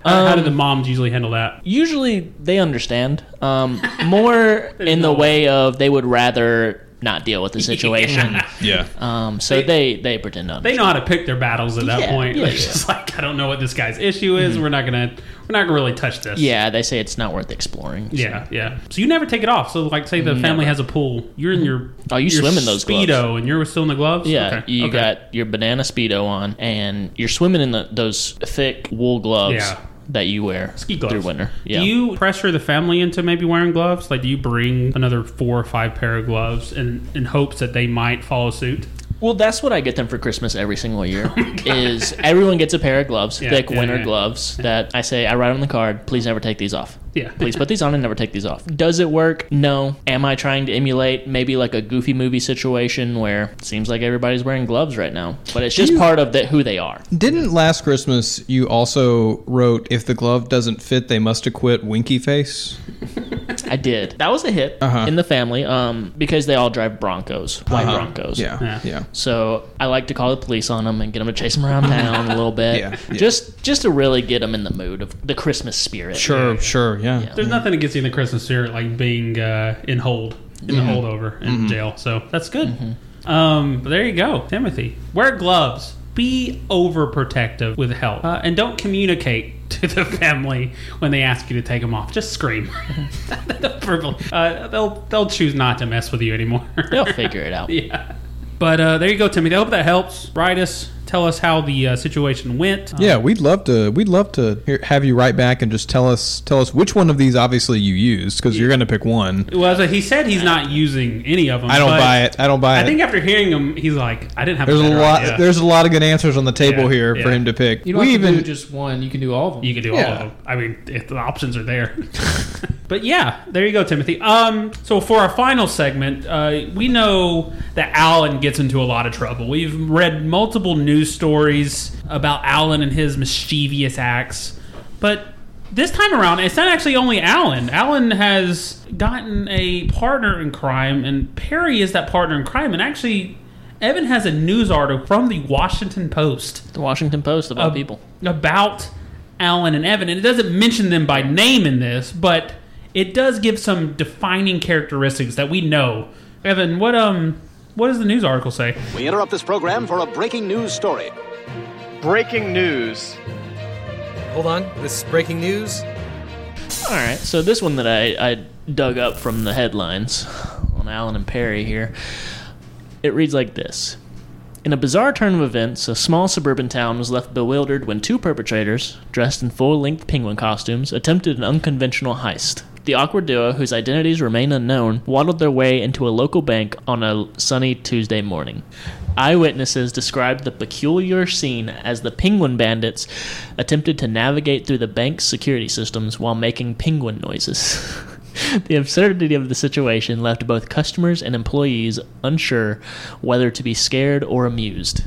Speaker 6: how do the moms usually handle that?
Speaker 8: usually they understand um, more in the way of they would rather not deal with the situation
Speaker 7: Yeah.
Speaker 8: um, so they, they pretend to
Speaker 6: They
Speaker 8: understand.
Speaker 6: know how to pick their battles at that
Speaker 8: Yeah,
Speaker 6: point.
Speaker 8: yeah,
Speaker 6: They're
Speaker 8: yeah. Mm-hmm.
Speaker 6: just like, I don't know what this guy's issue is. We're not gonna we're not gonna really touch this.
Speaker 8: yeah they say it's not worth exploring so.
Speaker 6: Yeah, yeah. So you never take it off. So like, say the family has a pool. You're in your
Speaker 8: Oh, you
Speaker 6: your
Speaker 8: swim in those
Speaker 6: speedo,
Speaker 8: gloves.
Speaker 6: and you're still in the gloves.
Speaker 8: yeah
Speaker 6: Okay,
Speaker 8: you
Speaker 6: okay.
Speaker 8: got your banana speedo on and you're swimming in the, those thick wool gloves
Speaker 6: Yeah.
Speaker 8: that you wear
Speaker 6: ski gloves
Speaker 8: through winter yeah
Speaker 6: Do you pressure the family into maybe wearing gloves? Like, do you bring another four or five pair of gloves in in hopes that they might follow suit?
Speaker 8: Well, that's what I get them for Christmas every single year. is everyone gets a pair of gloves,
Speaker 6: Oh Yeah,
Speaker 8: thick
Speaker 6: yeah,
Speaker 8: winter
Speaker 6: yeah.
Speaker 8: gloves that I say I write on the card. Please never take these off.
Speaker 6: Yeah.
Speaker 8: Please put these on and never take these off. Does it work? No. Am I trying to emulate maybe like a goofy movie situation where it seems like everybody's wearing gloves right now? But it's just
Speaker 7: you-
Speaker 8: part of the, who they are.
Speaker 7: Didn't last Christmas you also wrote if the glove doesn't fit they must acquit winky face?
Speaker 8: I did. That was a hit
Speaker 7: Uh-huh.
Speaker 8: in the family um, because they all drive Broncos, white Broncos.
Speaker 7: Yeah.
Speaker 6: Yeah.
Speaker 7: Yeah.
Speaker 8: So I like to call the police on them and get them to chase them around town a little bit,
Speaker 7: Yeah, yeah.
Speaker 8: just just to really get them in the mood of the Christmas spirit.
Speaker 7: Sure, sure, yeah.
Speaker 8: Yeah.
Speaker 6: There's nothing against you in the Christmas spirit like being uh, in hold, in the holdover in
Speaker 7: Mm-hmm.
Speaker 6: jail. So that's good. Um, but there you go, Timothy. Wear gloves. Be overprotective with help, uh, and don't communicate to the family when they ask you to take them off. Just scream. Verbally. uh, they'll they'll choose not to mess with you anymore.
Speaker 8: They'll figure it out.
Speaker 6: yeah. But uh, there you go, Timothy. I hope that helps. Write us. Tell us how the uh, situation went.
Speaker 7: Yeah, we'd love to. We'd love to hear, have you write back and just tell us tell us which one of these obviously you used because you're going to pick one.
Speaker 6: Well, so uh, he said he's not using any of them.
Speaker 7: I don't
Speaker 6: but-
Speaker 7: buy it. I don't buy
Speaker 6: I
Speaker 7: it.
Speaker 6: think after hearing him, he's like, I didn't have.
Speaker 7: there's a
Speaker 6: better
Speaker 7: lot.
Speaker 6: idea.
Speaker 7: There's a lot of good answers on the table
Speaker 6: Yeah,
Speaker 7: here for
Speaker 6: yeah.
Speaker 7: him to pick.
Speaker 9: You don't
Speaker 7: we
Speaker 9: have
Speaker 7: even
Speaker 9: to do just one. You can do all of them.
Speaker 6: you can do all
Speaker 7: Yeah.
Speaker 6: of them. I mean, if the options are there. but yeah, there you go, Timothy. Um, so for our final segment, uh, we know that Alan gets into a lot of trouble. We've read multiple news stories about Alan and his mischievous acts, but. This time around, it's not actually only Alan. Alan has gotten a partner in crime, and Perry is that partner in crime. And actually, Evan has a news article from the Washington Post
Speaker 8: The Washington Post of all
Speaker 7: Um,
Speaker 6: ab-
Speaker 8: people.
Speaker 6: about Alan and Evan, and it doesn't mention them by name in this, but it does give some defining characteristics that we know. Evan, what um, what does the news article say?
Speaker 12: We interrupt this program for a breaking news story.
Speaker 11: Breaking news.
Speaker 12: Hold on, this is breaking news.
Speaker 8: All right, so this one that I, I dug up from the headlines on Allen and Perry here, it reads like this. In a bizarre turn of events, a small suburban town was left bewildered when two perpetrators, dressed in full length penguin costumes, attempted an unconventional heist. The awkward duo, whose identities remain unknown, waddled their way into a local bank on a sunny Tuesday morning. Eyewitnesses described the peculiar scene as the penguin bandits attempted to navigate through the bank's security systems while making penguin noises. the absurdity of the situation left both customers and employees unsure whether to be scared or amused.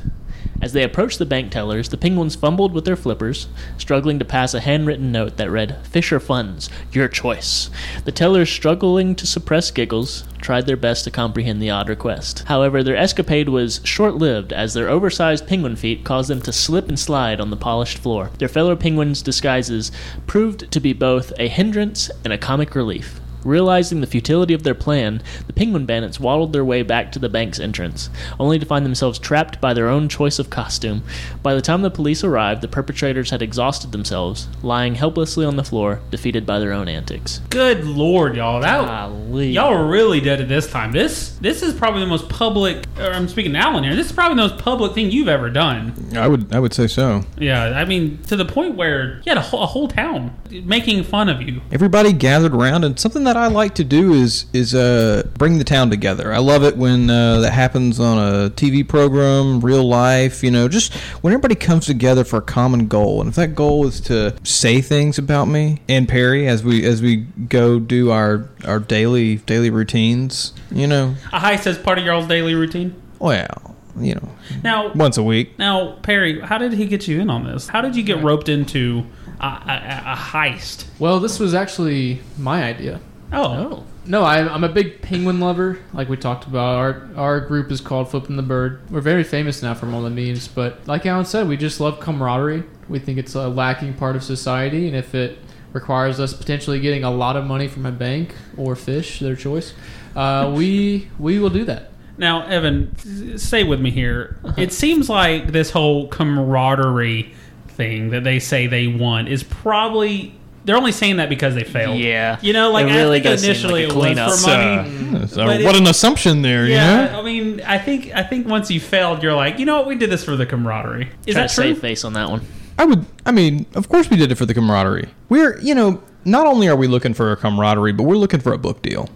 Speaker 8: As they approached the bank tellers, the penguins fumbled with their flippers, struggling to pass a handwritten note that read, Fish or funds, your choice. The tellers, struggling to suppress giggles, tried their best to comprehend the odd request. However, their escapade was short lived as their oversized penguin feet caused them to slip and slide on the polished floor. Their fellow penguins' disguises proved to be both a hindrance and a comic relief. Realizing the futility of their plan, the penguin bandits waddled their way back to the bank's entrance, only to find themselves trapped by their own choice of costume. By the time the police arrived, the perpetrators had exhausted themselves, lying helplessly on the floor, defeated by their own antics.
Speaker 6: Good lord, y'all! That
Speaker 8: Ah,
Speaker 6: y'all really did it this time. This this is probably the most public. Or I'm speaking to Alan here. This is probably the most public thing you've ever done.
Speaker 7: I would I would say so.
Speaker 6: Yeah, I mean to the point where you had a whole, a whole town making fun of you.
Speaker 7: Everybody gathered around, and something that I like to do is is uh, bring the town together. I love it when uh, that happens on a TV program, real life. You know, just when everybody comes together for a common goal, and if that goal is to say things about me and Perry as we as we go do our our daily daily routines, you know,
Speaker 6: A heist is part of y'all's daily routine.
Speaker 7: well, you know,
Speaker 6: Now
Speaker 7: once a week.
Speaker 6: Now, Perry, how did he get you in on this? How did you get roped into a, a, a heist?
Speaker 9: Well, this was actually my idea.
Speaker 6: Oh.
Speaker 9: No, I, I'm a big penguin lover. Like we talked about, our our group is called Flipping the Bird. We're very famous now from all the memes, but like Alan said, we just love camaraderie. We think it's a lacking part of society, and if it requires us potentially getting a lot of money from a bank or fish, their choice, uh, we we will do that.
Speaker 6: Now, Evan, s- stay with me here.
Speaker 8: Uh-huh.
Speaker 6: It seems like this whole camaraderie thing that they say they want is probably. They're only saying that because they failed. Yeah, you know, like
Speaker 8: It
Speaker 6: I
Speaker 8: really
Speaker 6: think
Speaker 8: does seem
Speaker 6: initially
Speaker 8: like a
Speaker 6: it
Speaker 8: cleanup.
Speaker 6: was for
Speaker 8: So-
Speaker 6: money.
Speaker 7: Yeah, so
Speaker 6: But
Speaker 7: Uh, what
Speaker 6: it-
Speaker 7: an assumption there, you know.
Speaker 6: Yeah, I mean, I think I think once you failed, you're like, you know what, we did this for the camaraderie. Is
Speaker 8: Try
Speaker 6: that
Speaker 8: to
Speaker 6: true?
Speaker 8: save face on that one.
Speaker 7: I would. I mean, of course, we did it for the camaraderie. We're, you know, not only are we looking for a camaraderie, but we're looking for a book deal.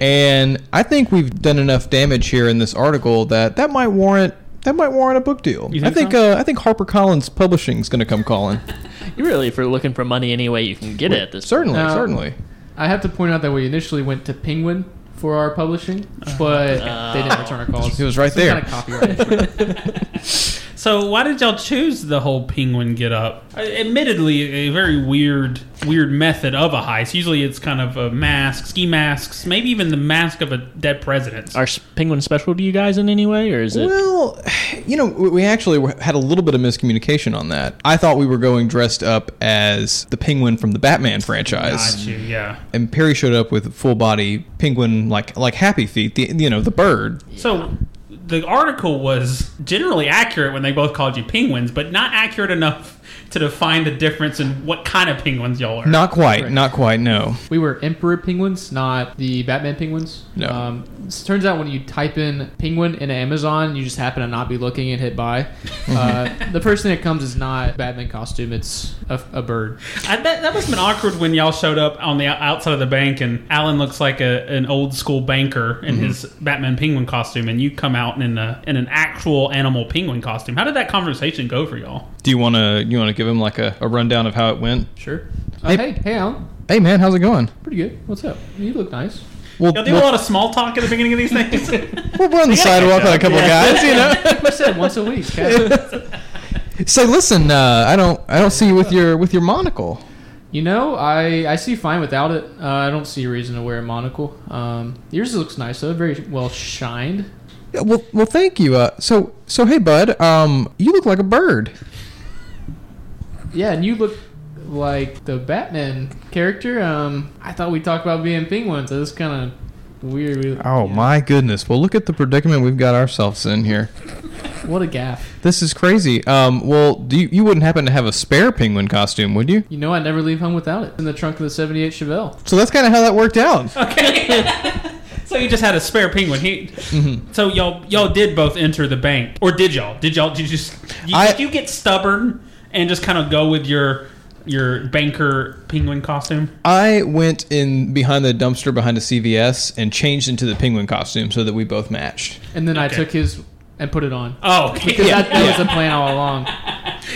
Speaker 7: And I think we've done enough damage here in this article that that might warrant that might warrant a book deal.
Speaker 8: You
Speaker 7: I
Speaker 8: think
Speaker 7: think uh, I think HarperCollins Publishing is going to come calling.
Speaker 8: You really, if you're looking for money any way you can get it at this
Speaker 7: certainly,
Speaker 9: Now,
Speaker 7: certainly.
Speaker 9: I have to point out that we initially went to Penguin for our publishing, but they didn't return our calls.
Speaker 7: It Uh-huh. was right
Speaker 9: Some
Speaker 7: there.
Speaker 9: Kind of copyright issue.
Speaker 6: So why did y'all choose the whole penguin get up? Uh, Admittedly, a very weird, weird method of a heist. Usually, it's kind of a mask, ski masks, maybe even the mask of a dead president.
Speaker 8: Are s- penguins special to you guys in any way, or is it?
Speaker 7: Well, you know, we we actually were- had a little bit of miscommunication on that. I thought we were going dressed up as the penguin from the Batman franchise.
Speaker 6: Got you, yeah.
Speaker 7: And Perry showed up with full body penguin like like Happy Feet, the you know the bird.
Speaker 6: So the article was generally accurate when they both called you penguins, but not accurate enough to define the difference in what kind of penguins y'all are.
Speaker 7: Not quite, not quite. No,
Speaker 9: We were Emperor Penguins, not the Batman Penguins.
Speaker 7: No.
Speaker 9: Um, it turns out when you type in penguin in Amazon, you just happen to not be looking and hit buy. Uh, the person that comes is not Batman costume; it's a, a bird.
Speaker 6: I, that, that must have been awkward when y'all showed up on the o- outside of the bank and Alan looks like a, an old school banker in his Batman penguin costume and you come out in, a, in an actual animal penguin costume. How did that conversation go for y'all?
Speaker 7: Do you want to you want to give him like a, a rundown of how it went?
Speaker 9: Sure. Uh, hey, hey, Alan.
Speaker 7: Hey man, how's it going?
Speaker 9: Pretty good. What's up? You look nice.
Speaker 7: Well,
Speaker 6: Y'all do a lot of small talk at the beginning of these things?
Speaker 7: we're, we're on the sidewalk with a couple of guys, you know.
Speaker 9: I said once a week.
Speaker 7: Say, listen, uh, I don't I don't see you with your with your monocle.
Speaker 9: You know, I, I see fine without it. Uh, I don't see a reason to wear a monocle. Um, yours looks nice though, very well shined.
Speaker 7: Yeah, well, well, thank you. Uh, so so hey bud, um, you look like a bird.
Speaker 9: Yeah, and you look like the Batman character. Um, I thought we talked about being penguins. So it's kind of weird.
Speaker 7: Oh my goodness! Well, look at the predicament we've got ourselves in here.
Speaker 9: What a gaff.
Speaker 7: This is crazy. Um, well, do you, you wouldn't happen to have a spare penguin costume, would you?
Speaker 9: You know, I never leave home without it. In the trunk of the '78 Chevelle.
Speaker 7: So that's kind of how that worked out.
Speaker 6: so you just had a spare penguin. He, So y'all y'all did both enter the bank. Or did y'all? Did y'all did you just you,
Speaker 7: I-
Speaker 6: did you get stubborn and just kind of go with your your banker penguin costume?
Speaker 7: I went in behind the dumpster behind a CVS and changed into the penguin costume so that we both matched.
Speaker 9: And then I
Speaker 6: Okay.
Speaker 9: took his and put it on.
Speaker 6: Oh, okay.
Speaker 9: Because that, that was the plan all along.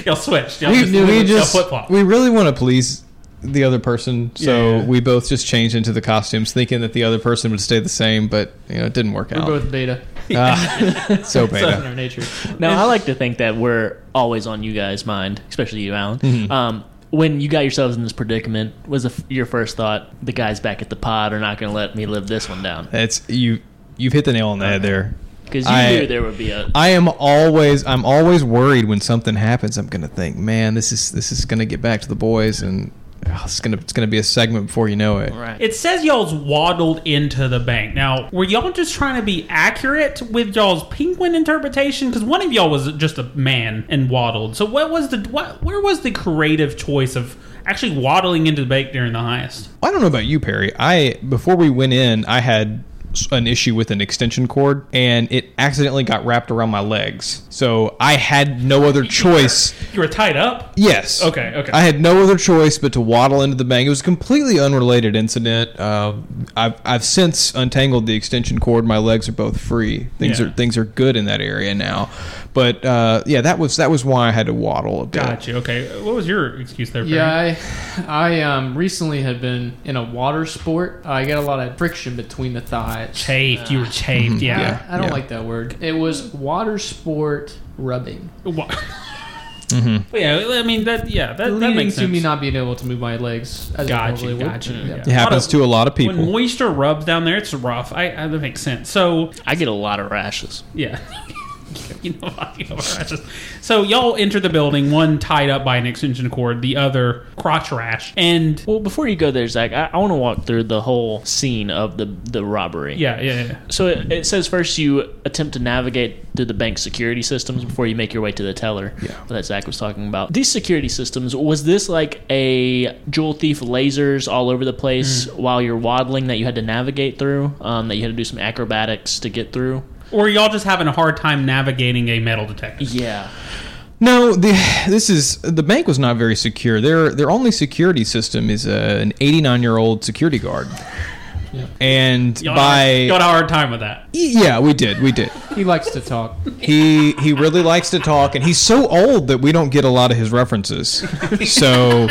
Speaker 6: Y'all switched. Y'all
Speaker 7: we
Speaker 6: just,
Speaker 7: we
Speaker 6: y'all
Speaker 7: just
Speaker 6: flip-flopped.
Speaker 7: we really want to please the other person, so
Speaker 6: Yeah.
Speaker 7: we both just changed into the costumes, thinking that the other person would stay the same, but you know it didn't work
Speaker 9: We're
Speaker 7: out.
Speaker 9: both beta.
Speaker 7: Ah, so
Speaker 9: It's in
Speaker 7: beta.
Speaker 9: our nature.
Speaker 8: Now, I like to think that we're always on you guys' mind, especially you, Alan.
Speaker 7: Mhm.
Speaker 8: Um, when you got yourselves in this predicament, was the f- your first thought the guys back at the pod are not going to let me live this one down?
Speaker 7: That's you. You've hit the nail on the head there.
Speaker 8: Because you
Speaker 7: Eh, I-
Speaker 8: knew there would be a.
Speaker 7: I am always I'm always worried when something happens. I'm gonna think, man, this is this is gonna get back to the boys, and Oh, it's gonna it's gonna be a segment before you know it.
Speaker 6: It says y'all's waddled into the bank. Now, were y'all just trying to be accurate with y'all's penguin interpretation? Because one of y'all was just a man and waddled. So what was the what? Where was the creative choice of actually waddling into the bank during the heist?
Speaker 7: I don't know about you, Perry. I before we went in, I had s- an issue with an extension cord, and it accidentally got wrapped around my legs. So I had no other choice.
Speaker 6: You were tied up.
Speaker 7: Yes.
Speaker 6: Okay. Okay.
Speaker 7: I had no other choice but to waddle into the bank. It was a completely unrelated incident. Uh, I've I've since untangled the extension cord. My legs are both free. Things
Speaker 6: Yeah.
Speaker 7: are things are good in that area now. But uh, yeah, that was that was why I had to waddle a bit.
Speaker 6: Gotcha. Okay. What was your excuse there? Barry?
Speaker 9: Yeah, I, I um, recently have been in a water sport. I got a lot of friction between the thighs.
Speaker 6: Chafed. You were
Speaker 7: Mm-hmm.
Speaker 6: chafed, yeah. Yeah,
Speaker 9: I, I don't
Speaker 6: yeah.
Speaker 9: like that word. It was water sport rubbing.
Speaker 7: Mm-hmm.
Speaker 6: But yeah. I mean that. Yeah. That, that
Speaker 9: Leading
Speaker 6: makes
Speaker 9: to
Speaker 6: sense.
Speaker 9: me not being able to move my legs. As
Speaker 6: Gotcha,
Speaker 9: I normally would.
Speaker 6: gotcha,
Speaker 9: Yeah.
Speaker 7: It happens to a lot of people.
Speaker 6: When moisture rubs down there, it's rough. I, I that makes sense. So
Speaker 8: I get a lot of rashes.
Speaker 6: Yeah. you know, I get rashes. So y'all enter the building, one tied up by an extension cord, the other crotch rash. And
Speaker 8: well, before you go there, Zach, I, I want to walk through the whole scene of the the robbery.
Speaker 6: Yeah, yeah, yeah.
Speaker 8: So it, it says first you attempt to navigate through the bank's security systems before you make your way to the teller. Yeah, that Zach was talking about. These security systems was this like a jewel thief lasers all over the place
Speaker 7: Mm-hmm.
Speaker 8: while you're waddling that you had to navigate through, um, that you had to do some acrobatics to get through.
Speaker 6: Or y'all just having a hard time navigating a metal detector.
Speaker 8: Yeah.
Speaker 7: No, the this is the bank was not very secure. Their their only security system is uh, an 89 year old security guard, and
Speaker 6: Y'all
Speaker 7: by
Speaker 6: had, y'all had a hard time with that.
Speaker 7: yeah, we did, we did.
Speaker 9: He likes to talk.
Speaker 7: He he really likes to talk, and he's so old that we don't get a lot of his references. So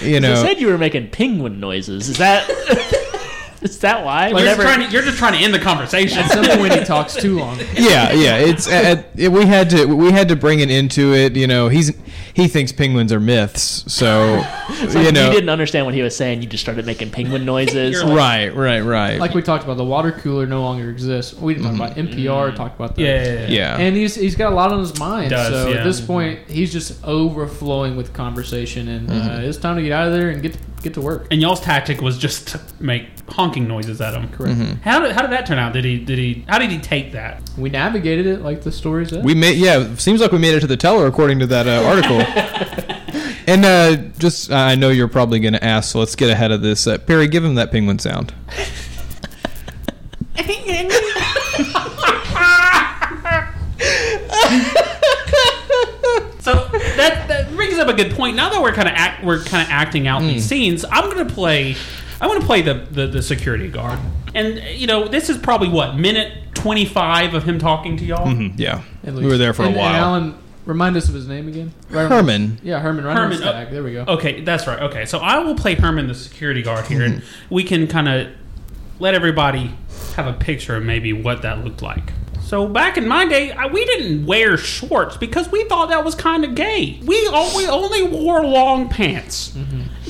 Speaker 7: you
Speaker 8: You
Speaker 7: know,
Speaker 8: said you were making penguin noises. Is that is that why?
Speaker 6: You're just,
Speaker 8: Whenever-
Speaker 6: trying to, you're just trying to end the conversation.
Speaker 8: At some point he
Speaker 9: talks too long.
Speaker 7: yeah, yeah. It's at, it, we had to we had to bring it into it. You know, he's he thinks penguins are myths, so
Speaker 8: It's like
Speaker 7: you know,
Speaker 8: didn't understand what he was saying. You just started making penguin noises.
Speaker 7: right, right, right.
Speaker 9: Like we talked about, the water cooler no longer exists. We didn't
Speaker 7: Mm-hmm.
Speaker 9: talk about NPR. Talked about that.
Speaker 6: Mm-hmm. Yeah, yeah, yeah. Yeah.
Speaker 9: And he's he's got a lot on his mind.
Speaker 6: Does,
Speaker 9: so
Speaker 6: yeah. Mm-hmm.
Speaker 9: at this point, he's just overflowing with conversation, and uh,
Speaker 7: Mm-hmm.
Speaker 6: Mhm.
Speaker 9: it's time to get out of there and get get to work.
Speaker 6: And y'all's tactic was just to make honking noises at him.
Speaker 9: Correct. Mhm.
Speaker 6: How did how did that turn out? Did he did he how did he take that?
Speaker 9: We navigated it like the story said.
Speaker 7: We made yeah. Seems like we made it to the teller according to that uh, article. and uh, just I know you're probably going to ask, so let's get ahead of this. Uh, Perry, give him that penguin sound.
Speaker 6: So that, that brings up a good point. Now that we're kind of act, we're kind of acting out these scenes, I'm gonna play. I want to play the, the the security guard, and you know this is probably what minute 25 of him talking to y'all.
Speaker 7: Mhm, yeah,
Speaker 9: At
Speaker 7: we
Speaker 9: least.
Speaker 7: were there for
Speaker 9: And-
Speaker 7: a
Speaker 9: and
Speaker 7: while.
Speaker 9: Alan, remind us of his name again. Right on-
Speaker 7: Herman.
Speaker 9: Yeah, Herman. Right Herman.
Speaker 6: Herman, oh.
Speaker 9: tag. There we go.
Speaker 6: Okay, that's right. Okay, so I will play Herman the security guard here, and we can kind of let everybody have a picture of maybe what that looked like. So back in my day, I, we didn't wear shorts because we thought that was kind of gay. We, o- we only wore long pants.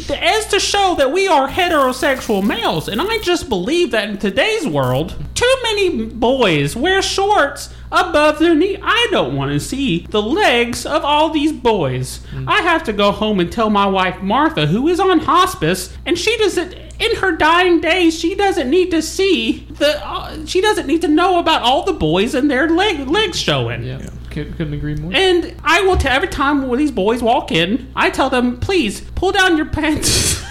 Speaker 6: As to show that we are heterosexual males, and I just believe that in today's world, too many boys wear shorts above their knee. I don't want to see the legs of all these boys. I have to go home and tell my wife Martha, who is on hospice, and she doesn't. In her dying days, she doesn't need to see the. Uh, she doesn't need to know about all the boys and their leg, legs showing.
Speaker 9: Couldn't, couldn't agree more.
Speaker 6: And I will tell every time when these boys walk in, I tell them, please pull down your pants.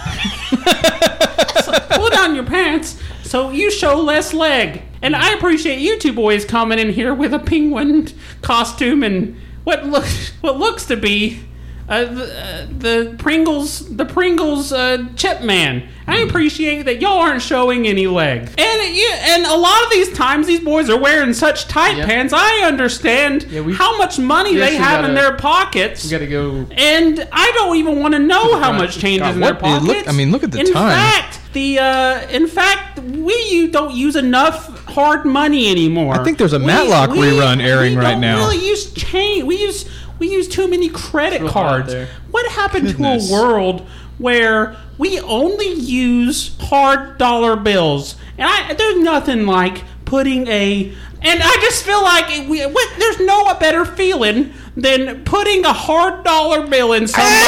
Speaker 6: So, pull down your pants so you show less leg. And I appreciate you two boys coming in here with a penguin costume and what looks what looks to be uh, the, uh, the Pringles the Pringles uh, chip man. I appreciate that y'all aren't showing any leg. And you, and a lot of these times these boys are wearing such tight pants. I understand how much money
Speaker 9: Yes,
Speaker 6: they
Speaker 9: you
Speaker 6: have in
Speaker 9: gotta-
Speaker 6: their pockets.
Speaker 9: We got to go.
Speaker 6: And I don't even want to know how much change
Speaker 7: God,
Speaker 6: is in
Speaker 7: what-
Speaker 6: their
Speaker 7: it
Speaker 6: pockets.
Speaker 7: look- I mean, look at the
Speaker 6: in
Speaker 7: time.
Speaker 6: Fact, the uh, in fact, we you don't use enough hard money anymore.
Speaker 7: I think there's a
Speaker 6: We-
Speaker 7: Matlock
Speaker 6: we-
Speaker 7: rerun
Speaker 6: we
Speaker 7: airing right
Speaker 6: don't
Speaker 7: now.
Speaker 6: Really use change. We use we use too many credit cards. What happened
Speaker 7: Goodness.
Speaker 6: to a world where we only use hard dollar bills? And I, there's nothing like putting a. And I just feel like we, what, there's no better feeling than putting a hard dollar bill in somebody's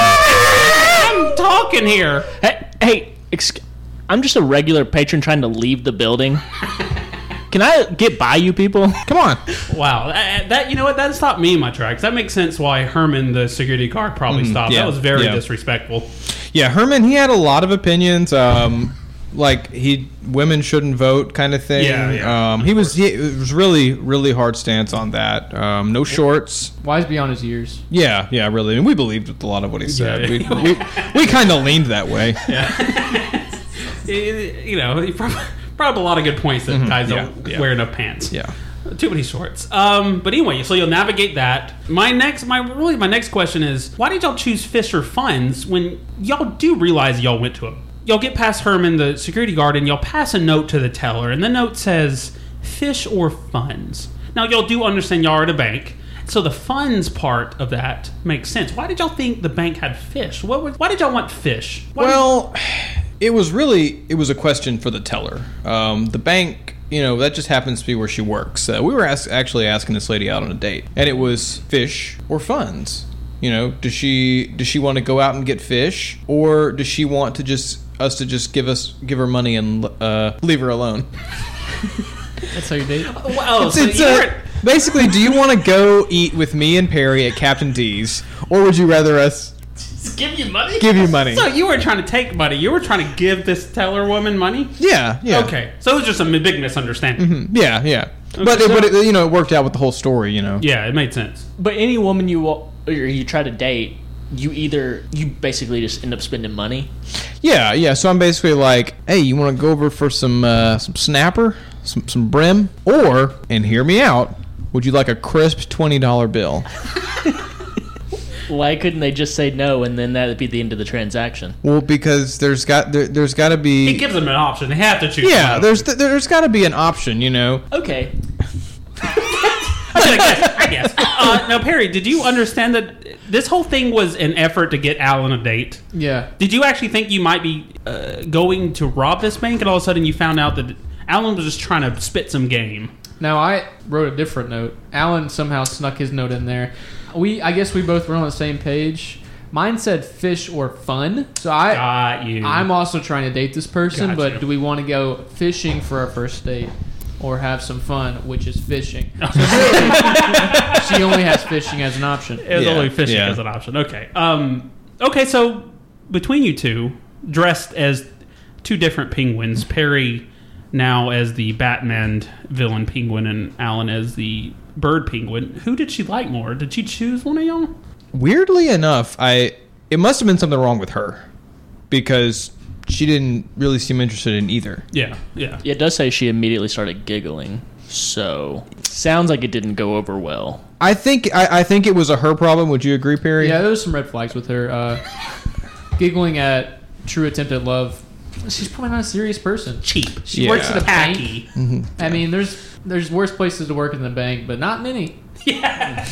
Speaker 6: I'm talking here.
Speaker 8: Hey, hey exc- I'm just a regular patron trying to leave the building. Can I get by you people?
Speaker 7: Come on.
Speaker 6: Wow, that, that- you know what? That stopped me in my tracks. That makes sense why Herman, the security guard, probably
Speaker 7: Mhm,
Speaker 6: stopped.
Speaker 7: yeah,
Speaker 6: That was very
Speaker 7: yeah.
Speaker 6: disrespectful.
Speaker 7: Yeah, Herman, he had a lot of opinions. Um, like he, women shouldn't vote, kind of thing.
Speaker 6: Yeah, yeah,
Speaker 7: um, he was he, it was really really hard stance on that. Um, no shorts.
Speaker 9: Wise beyond his years.
Speaker 7: Yeah, yeah, really. And we believed with a lot of what he said.
Speaker 6: Yeah.
Speaker 7: We, we, we kind of leaned that way.
Speaker 6: Eh, You know, he prob- brought up a lot of good points that guys don't
Speaker 7: Mm-hmm. yeah.
Speaker 6: wear enough pants.
Speaker 7: Yeah.
Speaker 6: Too many shorts. Um, but anyway, so you'll navigate that. My next, my really, my next question is: Why did y'all choose Fisher Funds when y'all do realize y'all went to him? Y'all get past Herman, the security guard, and y'all pass a note to the teller, and the note says "fish or funds." Now y'all do understand y'all are at a bank, so the funds part of that makes sense. Why did y'all think the bank had fish? What? was- Why did y'all want fish? Why did-
Speaker 7: Well, it was really it was a question for the teller. Um, the bank, you know, that just happens to be where she works. Uh, we were ask, actually asking this lady out on a date, and it was fish or funds. You know, does she does she want to go out and get fish, or does she want to just us to just give us give her money and uh, leave her alone?
Speaker 9: That's how you date.
Speaker 6: Well,
Speaker 7: It's-
Speaker 6: oh, so
Speaker 7: it's,
Speaker 6: you're-
Speaker 7: uh, basically, do you want to go eat with me and Perry at Captain D's, or would you rather us
Speaker 6: give you money?
Speaker 7: give you money?
Speaker 6: So you weren't trying to take money. You were trying to give this teller woman money.
Speaker 7: Yeah, yeah. Mm-hmm.
Speaker 6: Okay. So it was just a mi- big misunderstanding.
Speaker 7: Yeah, yeah. but it,
Speaker 6: so-
Speaker 7: but it, you know, it worked out with the whole story. You know.
Speaker 6: Yeah, it made sense.
Speaker 8: But any woman you wa- or you try to date, you either you basically just end up spending money.
Speaker 7: Yeah, yeah. So I'm basically like, hey, you want to go over for some uh, some snapper, some some brim, or and hear me out. Would you like a crisp twenty dollar bill?
Speaker 8: Why couldn't they just say no and then that'd be the end of the transaction?
Speaker 7: Well, because there's got there, there's got to
Speaker 6: It
Speaker 7: be
Speaker 6: gives them an option. They have to choose.
Speaker 7: yeah,
Speaker 6: one.
Speaker 7: there's th- there's got to be an option, you know.
Speaker 8: Okay.
Speaker 6: I guess. I guess. Uh, now, Perry, did you understand that this whole thing was an effort to get Al on a date?
Speaker 9: Yeah.
Speaker 6: Did you actually think you might be uh, going to rob this bank, and all of a sudden you found out that Alan was just trying to spit some game?
Speaker 9: Now I wrote a different note. Alan somehow snuck his note in there. We, I guess, we both were on the same page. Mine said fish or fun, so I,
Speaker 6: Got you.
Speaker 9: I'm also trying to date this person.
Speaker 6: Got
Speaker 9: but
Speaker 6: you.
Speaker 9: do we want to go fishing for our first date, or have some fun, which is fishing? So really, she only has fishing as an option.
Speaker 6: It was
Speaker 7: Yeah,
Speaker 6: only fishing
Speaker 7: yeah.
Speaker 6: as an option. Okay. Um. Okay. So between you two, dressed as two different penguins, Perry now as the Batman villain penguin, and Alan as the bird penguin. Who did she like more? Did she choose one of y'all?
Speaker 7: Weirdly enough, I it must have been something wrong with her because she didn't really seem interested in either.
Speaker 6: Yeah. Yeah.
Speaker 8: It does say she immediately started giggling. So sounds like it didn't go over well.
Speaker 7: I think I, I think it was a her problem. Would you agree, Perry?
Speaker 9: Yeah, there was some red flags with her. Uh, giggling at true attempt at love. She's probably not a serious person.
Speaker 6: Cheap.
Speaker 9: She
Speaker 7: Yeah.
Speaker 9: works at a bank.
Speaker 6: Tacky.
Speaker 9: I mean, there's there's worse places to work in the bank, but not many. Yeah.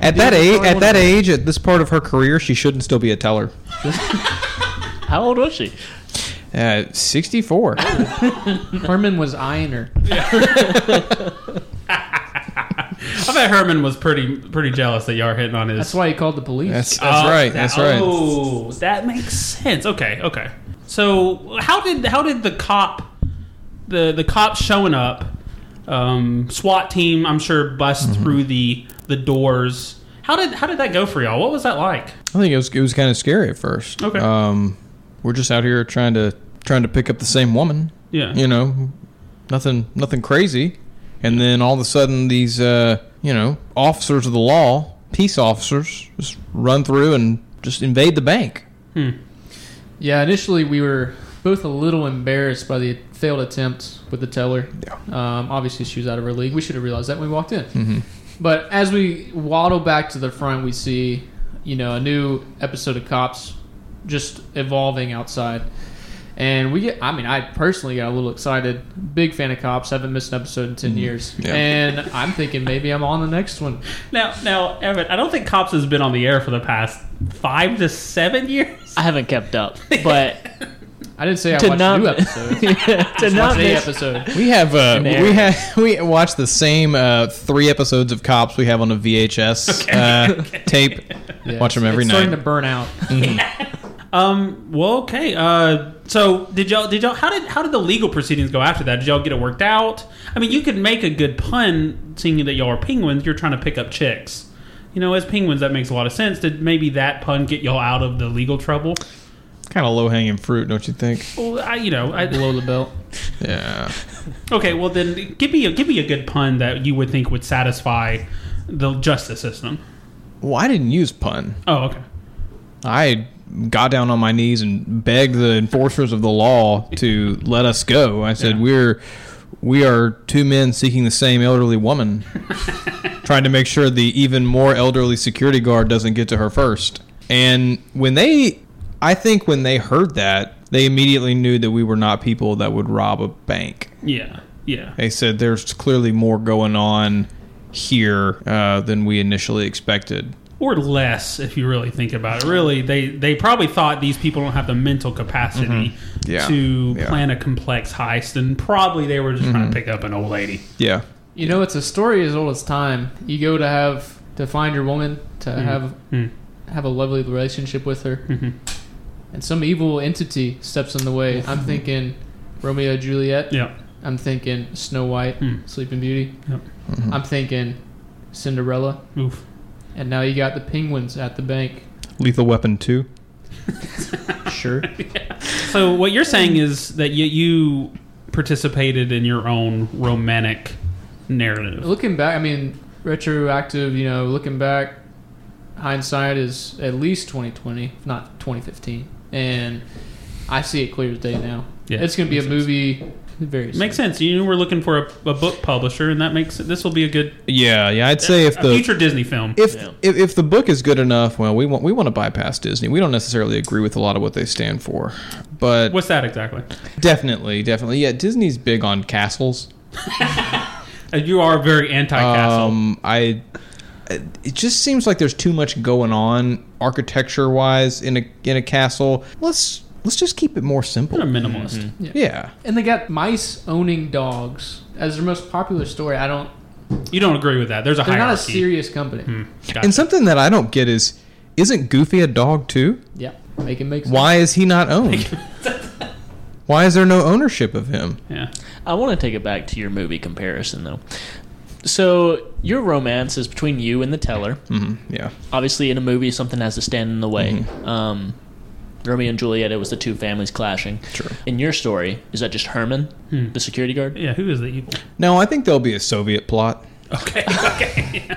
Speaker 7: At that age, at that age, at this part of her career, she shouldn't still be a teller.
Speaker 8: How old was she?
Speaker 7: Uh, Sixty-four.
Speaker 9: Herman was eyeing her.
Speaker 6: I bet Herman was pretty pretty jealous that y'all are hitting on his.
Speaker 9: That's why he called the police.
Speaker 7: That's that's
Speaker 6: Oh, that-
Speaker 7: right. That's right.
Speaker 6: Oh, that makes sense. Okay, okay. So how did how did the cop the the cop showing up um, SWAT team? I'm sure bust
Speaker 7: Mm-hmm.
Speaker 6: through the the doors. How did how did that go for y'all? What was that like?
Speaker 7: I think it was it was kind of scary at first.
Speaker 6: Okay.
Speaker 7: Um, we're just out here trying to trying to pick up the same woman.
Speaker 6: Yeah.
Speaker 7: You know, nothing nothing crazy, and then all of a sudden these uh, you know officers of the law, peace officers, just run through and just invade the bank.
Speaker 9: Yeah, initially we were both a little embarrassed by the failed attempt with the teller. Yeah. Um, obviously, she was out of her league. We should have realized that when we walked in.
Speaker 7: Mm-hmm.
Speaker 9: But as we waddle back to the front, we see, you know, a new episode of Cops just evolving outside. And we get, I mean, I personally got a little excited. Big fan of Cops. Haven't missed an episode in 10 years.
Speaker 7: Mm-hmm. Yeah.
Speaker 9: And I'm thinking maybe I'm on the next one.
Speaker 6: Now now Evan, I don't think cops has been on the air for the past five to seven years.
Speaker 8: I haven't kept up, but
Speaker 9: I didn't say I
Speaker 8: To
Speaker 9: watched
Speaker 8: not-
Speaker 9: new episodes.
Speaker 8: Yeah,
Speaker 9: I just
Speaker 8: to not
Speaker 9: watched a
Speaker 8: miss-
Speaker 9: episode.
Speaker 7: We have uh,
Speaker 9: There.
Speaker 7: we have we watched the same uh, three episodes of Cops we have on a VHS uh, tape.
Speaker 9: Yeah,
Speaker 7: Watch them every
Speaker 9: it's
Speaker 7: night.
Speaker 9: Starting to burn out.
Speaker 6: Um. Well. Okay. Uh. So did y'all? Did y'all? How did how did the legal proceedings go after that? Did y'all get it worked out? I mean, you could make a good pun, seeing that y'all are penguins. You're trying to pick up chicks. You know, as penguins, that makes a lot of sense. Did maybe that pun get y'all out of the legal trouble?
Speaker 7: Kind of low hanging fruit, don't you think?
Speaker 6: Well, I, you know, I,
Speaker 9: Below the belt.
Speaker 7: Yeah.
Speaker 6: okay. Well, then give me a give me a good pun that you would think would satisfy the justice system.
Speaker 7: Well, I didn't use pun.
Speaker 6: Oh, okay.
Speaker 7: I got down on my knees and begged the enforcers of the law to let us go. I said, "We're we are two men seeking the same elderly woman, trying to make sure the even more elderly security guard doesn't get to her first. And when they, I think when they heard that, they immediately knew that we were not people that would rob a bank.
Speaker 6: Yeah. Yeah.
Speaker 7: They said there's clearly more going on here uh, than we initially expected.
Speaker 6: or less if you really think about it really they they probably thought these people don't have the mental capacity
Speaker 7: Mm-hmm. Yeah.
Speaker 6: to
Speaker 7: Yeah. Mm-hmm.
Speaker 6: plan a complex heist and probably they were just trying to pick up an old lady
Speaker 7: Yeah,
Speaker 9: You know, it's a story as old as time. You go to have to find your woman to have
Speaker 6: Hmm.
Speaker 9: have a lovely relationship with her,
Speaker 6: Mm-hmm.
Speaker 9: and some evil entity steps in the way. I'm thinking Romeo and Juliet.
Speaker 6: Mm-hmm. yeah
Speaker 9: I'm thinking Snow White,
Speaker 6: Mm.
Speaker 9: Sleeping Beauty.
Speaker 6: Yep.
Speaker 9: I'm thinking Cinderella,
Speaker 6: oof
Speaker 9: and now you got the penguins at the bank.
Speaker 7: Lethal Weapon two.
Speaker 9: Sure.
Speaker 6: so what you're saying is that you, you participated in your own romantic narrative
Speaker 9: looking back, I mean, retroactive. You know, looking back, hindsight is at least 2020, if not 2015, and I see it clear as day now.
Speaker 6: Yeah,
Speaker 9: it's going to be a
Speaker 6: makes
Speaker 9: movie. Very soon.
Speaker 6: makes sense you were looking for a, a book publisher and that makes this will be a good
Speaker 7: Yeah, yeah. I'd say if
Speaker 6: a
Speaker 7: the
Speaker 6: future disney film
Speaker 7: if,
Speaker 8: Yeah.
Speaker 7: if if the book is good enough, well, we want we want to bypass Disney. We don't necessarily agree with a lot of what they stand for, but
Speaker 6: what's that exactly
Speaker 7: definitely, definitely, yeah, Disney's big on castles.
Speaker 6: Uh, you are very anti-castle
Speaker 7: Um, I it just seems like there's too much going on architecture wise in a in a castle. Let's let's just keep it more simple.
Speaker 6: You're a minimalist
Speaker 7: mm-hmm. Yeah,
Speaker 9: And they got mice owning dogs as their most popular story. I don't.
Speaker 6: you don't agree with that there's a
Speaker 9: They're not a
Speaker 6: hierarchy Hmm.
Speaker 9: serious company.
Speaker 6: Gotcha.
Speaker 7: and something that I don't get is isn't Goofy a dog too?
Speaker 9: Yeah, make it make sense.
Speaker 7: Why is he not owned? Why is there no ownership of him?
Speaker 6: yeah
Speaker 8: I want to take it back to your movie comparison, though. So your romance is between you and the teller.
Speaker 7: Mm-hmm, Yeah.
Speaker 8: Obviously, in a movie, something has to stand in the way. Um, Romeo and Juliet, it was the two families clashing. Sure. In your story, is that just Herman, the security guard?
Speaker 6: yeah who is the evil
Speaker 7: No, I think there'll be a Soviet plot.
Speaker 6: Okay. Okay.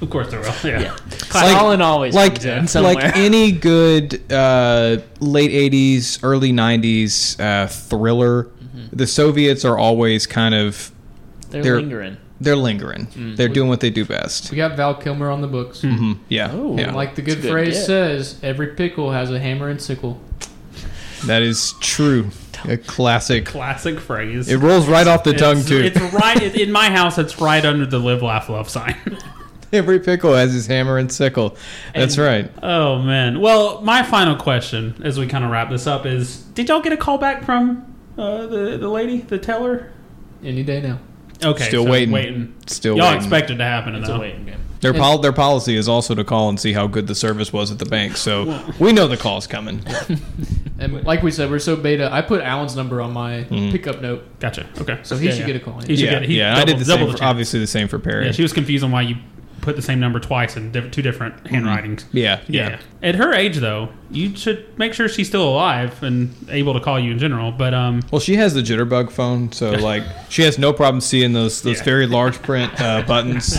Speaker 6: of course there will. Yeah.
Speaker 8: Like, Colin always
Speaker 7: like
Speaker 8: comes in somewhere.
Speaker 7: like any good uh, late '80s, early '90s uh, thriller.
Speaker 6: Mm-hmm.
Speaker 7: The Soviets are always kind of
Speaker 8: they're,
Speaker 7: they're-
Speaker 8: lingering.
Speaker 7: they're lingering.
Speaker 6: Mm.
Speaker 7: They're doing what they do best.
Speaker 9: We got Val Kilmer on the books.
Speaker 7: Yeah,
Speaker 8: Oh.
Speaker 7: Mm-hmm. yeah.
Speaker 9: Like the good
Speaker 8: It's good,
Speaker 9: phrase
Speaker 8: yeah.
Speaker 9: says, every pickle has a hammer and sickle.
Speaker 7: that is true. A classic.
Speaker 6: Classic phrase.
Speaker 7: It rolls right off the
Speaker 6: It's-
Speaker 7: tongue too.
Speaker 6: It's right it, in my house. It's right under the live, laugh, love sign.
Speaker 7: Every pickle has his hammer and sickle. That's right.
Speaker 6: oh man. Well, my final question, as we kind of wrap this up, is: Did y'all get a call back from uh, the the lady, the teller?
Speaker 9: Any day now.
Speaker 6: Okay.
Speaker 7: Still
Speaker 6: so
Speaker 7: waiting.
Speaker 6: Waiting.
Speaker 7: Still
Speaker 6: y'all
Speaker 7: waiting.
Speaker 6: expect it to happen.
Speaker 8: It's
Speaker 6: though.
Speaker 8: a waiting game.
Speaker 7: Their pol- their policy is also to call and see how good the service was at the bank. So we know the call's coming.
Speaker 9: And like we said, we're so beta. I put Alan's number on my
Speaker 7: Mm-hmm.
Speaker 9: pickup note,
Speaker 6: Gotcha. Okay.
Speaker 9: so he should get a call.
Speaker 6: He should
Speaker 7: yeah,
Speaker 6: get it. He
Speaker 7: yeah. and I
Speaker 6: doubled,
Speaker 7: did the
Speaker 6: double
Speaker 7: same.
Speaker 6: the
Speaker 7: for,
Speaker 6: chance.
Speaker 7: obviously, the same for Perry.
Speaker 6: Yeah, she was confused on why you put the same number twice in diff- two different handwritings.
Speaker 7: Yeah, yeah.
Speaker 6: At her age, though, you should make sure she's still alive and able to call you in general. But um,
Speaker 7: Well, she has the jitterbug phone, so like she has no problem seeing those those
Speaker 6: Yeah.
Speaker 7: very large print uh, buttons.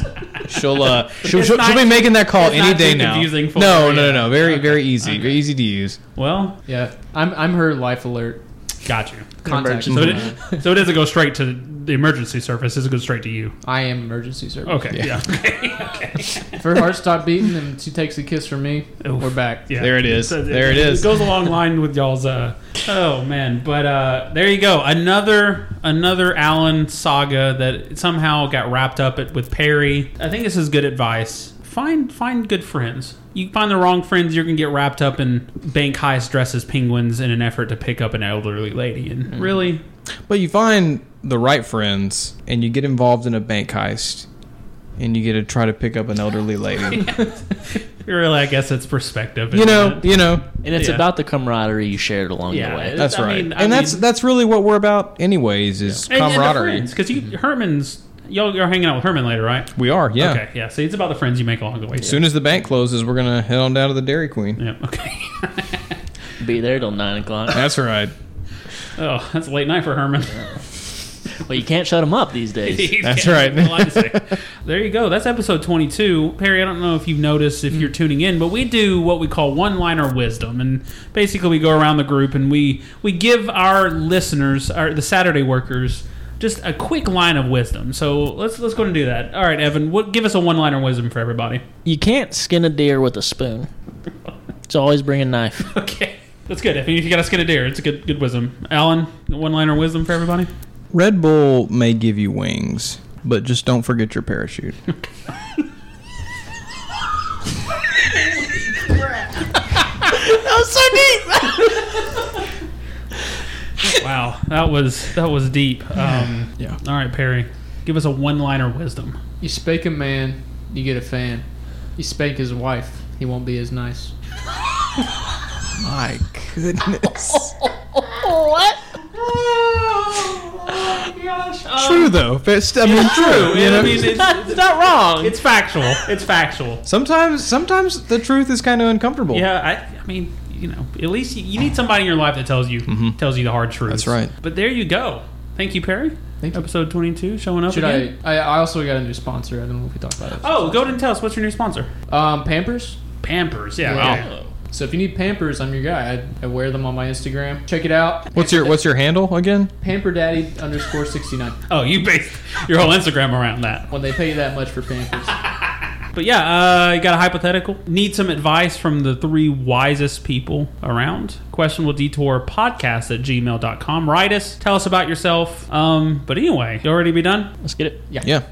Speaker 7: She'll uh she'll,
Speaker 6: It's
Speaker 7: she'll,
Speaker 6: not-
Speaker 7: she'll be making that call
Speaker 6: it's
Speaker 7: any
Speaker 6: not
Speaker 7: day
Speaker 6: too
Speaker 7: now.
Speaker 6: confusing for
Speaker 7: no,
Speaker 6: her,
Speaker 7: no,
Speaker 6: yeah.
Speaker 7: no, no, very very easy, very easy to use.
Speaker 6: well,
Speaker 9: Yeah, I'm I'm her life alert.
Speaker 6: got you.
Speaker 9: Contact.
Speaker 6: So it, so it doesn't go straight to the emergency service. It doesn't go straight to you.
Speaker 9: I am emergency service.
Speaker 6: Okay. Yeah.
Speaker 9: If her heart stopped beating and she takes a kiss from me,
Speaker 6: Oof.
Speaker 9: we're back.
Speaker 6: Yeah.
Speaker 7: There it is.
Speaker 6: So
Speaker 7: There it is.
Speaker 6: It goes along line with y'all's. Uh, oh man, but uh, there you go. Another another Allen saga that somehow got wrapped up at, with Perry. I think this is good advice Find find good friends. You find the wrong friends, you're gonna get wrapped up in bank heist dresses penguins in an effort to pick up an elderly lady. And
Speaker 7: Hmm.
Speaker 6: really,
Speaker 7: But you find the right friends and you get involved in a bank heist and you get to try to pick up an elderly lady.
Speaker 6: really, I guess it's perspective. uh,
Speaker 7: you
Speaker 6: isn't
Speaker 7: know,
Speaker 6: it?
Speaker 7: you know.
Speaker 8: And it's
Speaker 6: Yeah.
Speaker 8: about the camaraderie you shared along
Speaker 6: Yeah,
Speaker 8: the way.
Speaker 7: That's
Speaker 6: I
Speaker 7: right.
Speaker 6: mean-
Speaker 7: and
Speaker 6: I
Speaker 7: that's
Speaker 6: mean-
Speaker 7: that's really what we're about anyways is camaraderie.
Speaker 6: because you Herman's y'all are hanging out with Herman later, right?
Speaker 7: we are, yeah.
Speaker 6: Okay, yeah. So it's about the friends you make along the way.
Speaker 7: As soon as the bank closes, we're gonna head on down to the Dairy Queen.
Speaker 6: yeah. Okay.
Speaker 8: Be there till nine o'clock.
Speaker 7: That's right.
Speaker 6: Oh, that's a late night for Herman.
Speaker 8: well, you can't shut them up these days.
Speaker 7: That's
Speaker 6: Yeah,
Speaker 7: right.
Speaker 6: that's all I have to say. there you go. That's episode 22. Perry, I don't know if you've noticed
Speaker 7: Mm.
Speaker 6: if you're tuning in, but we do what we call one liner wisdom. And basically, we go around the group and we, we give our listeners, our, the Saturday workers, just a quick line of wisdom. So let's let's go and do that. All right, Evan, what, give us a one liner wisdom for everybody.
Speaker 8: You can't skin a deer with a spoon. It's always bring a knife.
Speaker 6: Okay. That's good. If you got to skin a deer, it's a good good wisdom. Alan, one liner wisdom for everybody.
Speaker 7: Red Bull may give you wings, but just don't forget your parachute.
Speaker 6: Wow, that was that was deep. Um,
Speaker 7: Yeah.
Speaker 6: All right, Perry, give us a one liner wisdom.
Speaker 9: You spank a man, you get a fan. You spank his wife, he won't be as nice.
Speaker 7: My goodness.
Speaker 6: Oh,
Speaker 7: True though. It's, I mean, true. you know?
Speaker 6: I mean, it's,
Speaker 8: It's not wrong.
Speaker 6: it's factual. It's factual.
Speaker 7: sometimes, sometimes the truth is kind of uncomfortable.
Speaker 6: Yeah, I, I mean, you know, at least you, you need somebody in your life that tells you tells you the hard truth.
Speaker 7: That's right.
Speaker 6: But there you go. Thank you, Perry.
Speaker 9: Thank you.
Speaker 6: Episode twenty two showing up
Speaker 9: Should
Speaker 6: again.
Speaker 9: I, I? I also got a new sponsor. I don't know if we talked about it.
Speaker 6: Oh, go ahead and tell us what's your new sponsor?
Speaker 9: Um, Pampers.
Speaker 6: Pampers. Oh. Yeah. Oh,
Speaker 9: Yeah.
Speaker 6: wow.
Speaker 9: So if you need Pampers, I'm your guy. I, I wear them on my Instagram. Check it out.
Speaker 7: What's your What's your handle again?
Speaker 9: Pamper Daddy underscore sixty nine.
Speaker 6: Oh, you based your whole Instagram around that.
Speaker 9: When they pay you that much for Pampers,
Speaker 6: But yeah, uh, you got a hypothetical. Need some advice from the three wisest people around? Questionable Detour Podcast at gmail.com. Write us. Tell us about yourself. Um, but anyway, you already be done?
Speaker 8: Let's get it.
Speaker 7: Yeah.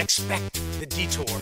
Speaker 12: Expect the detour.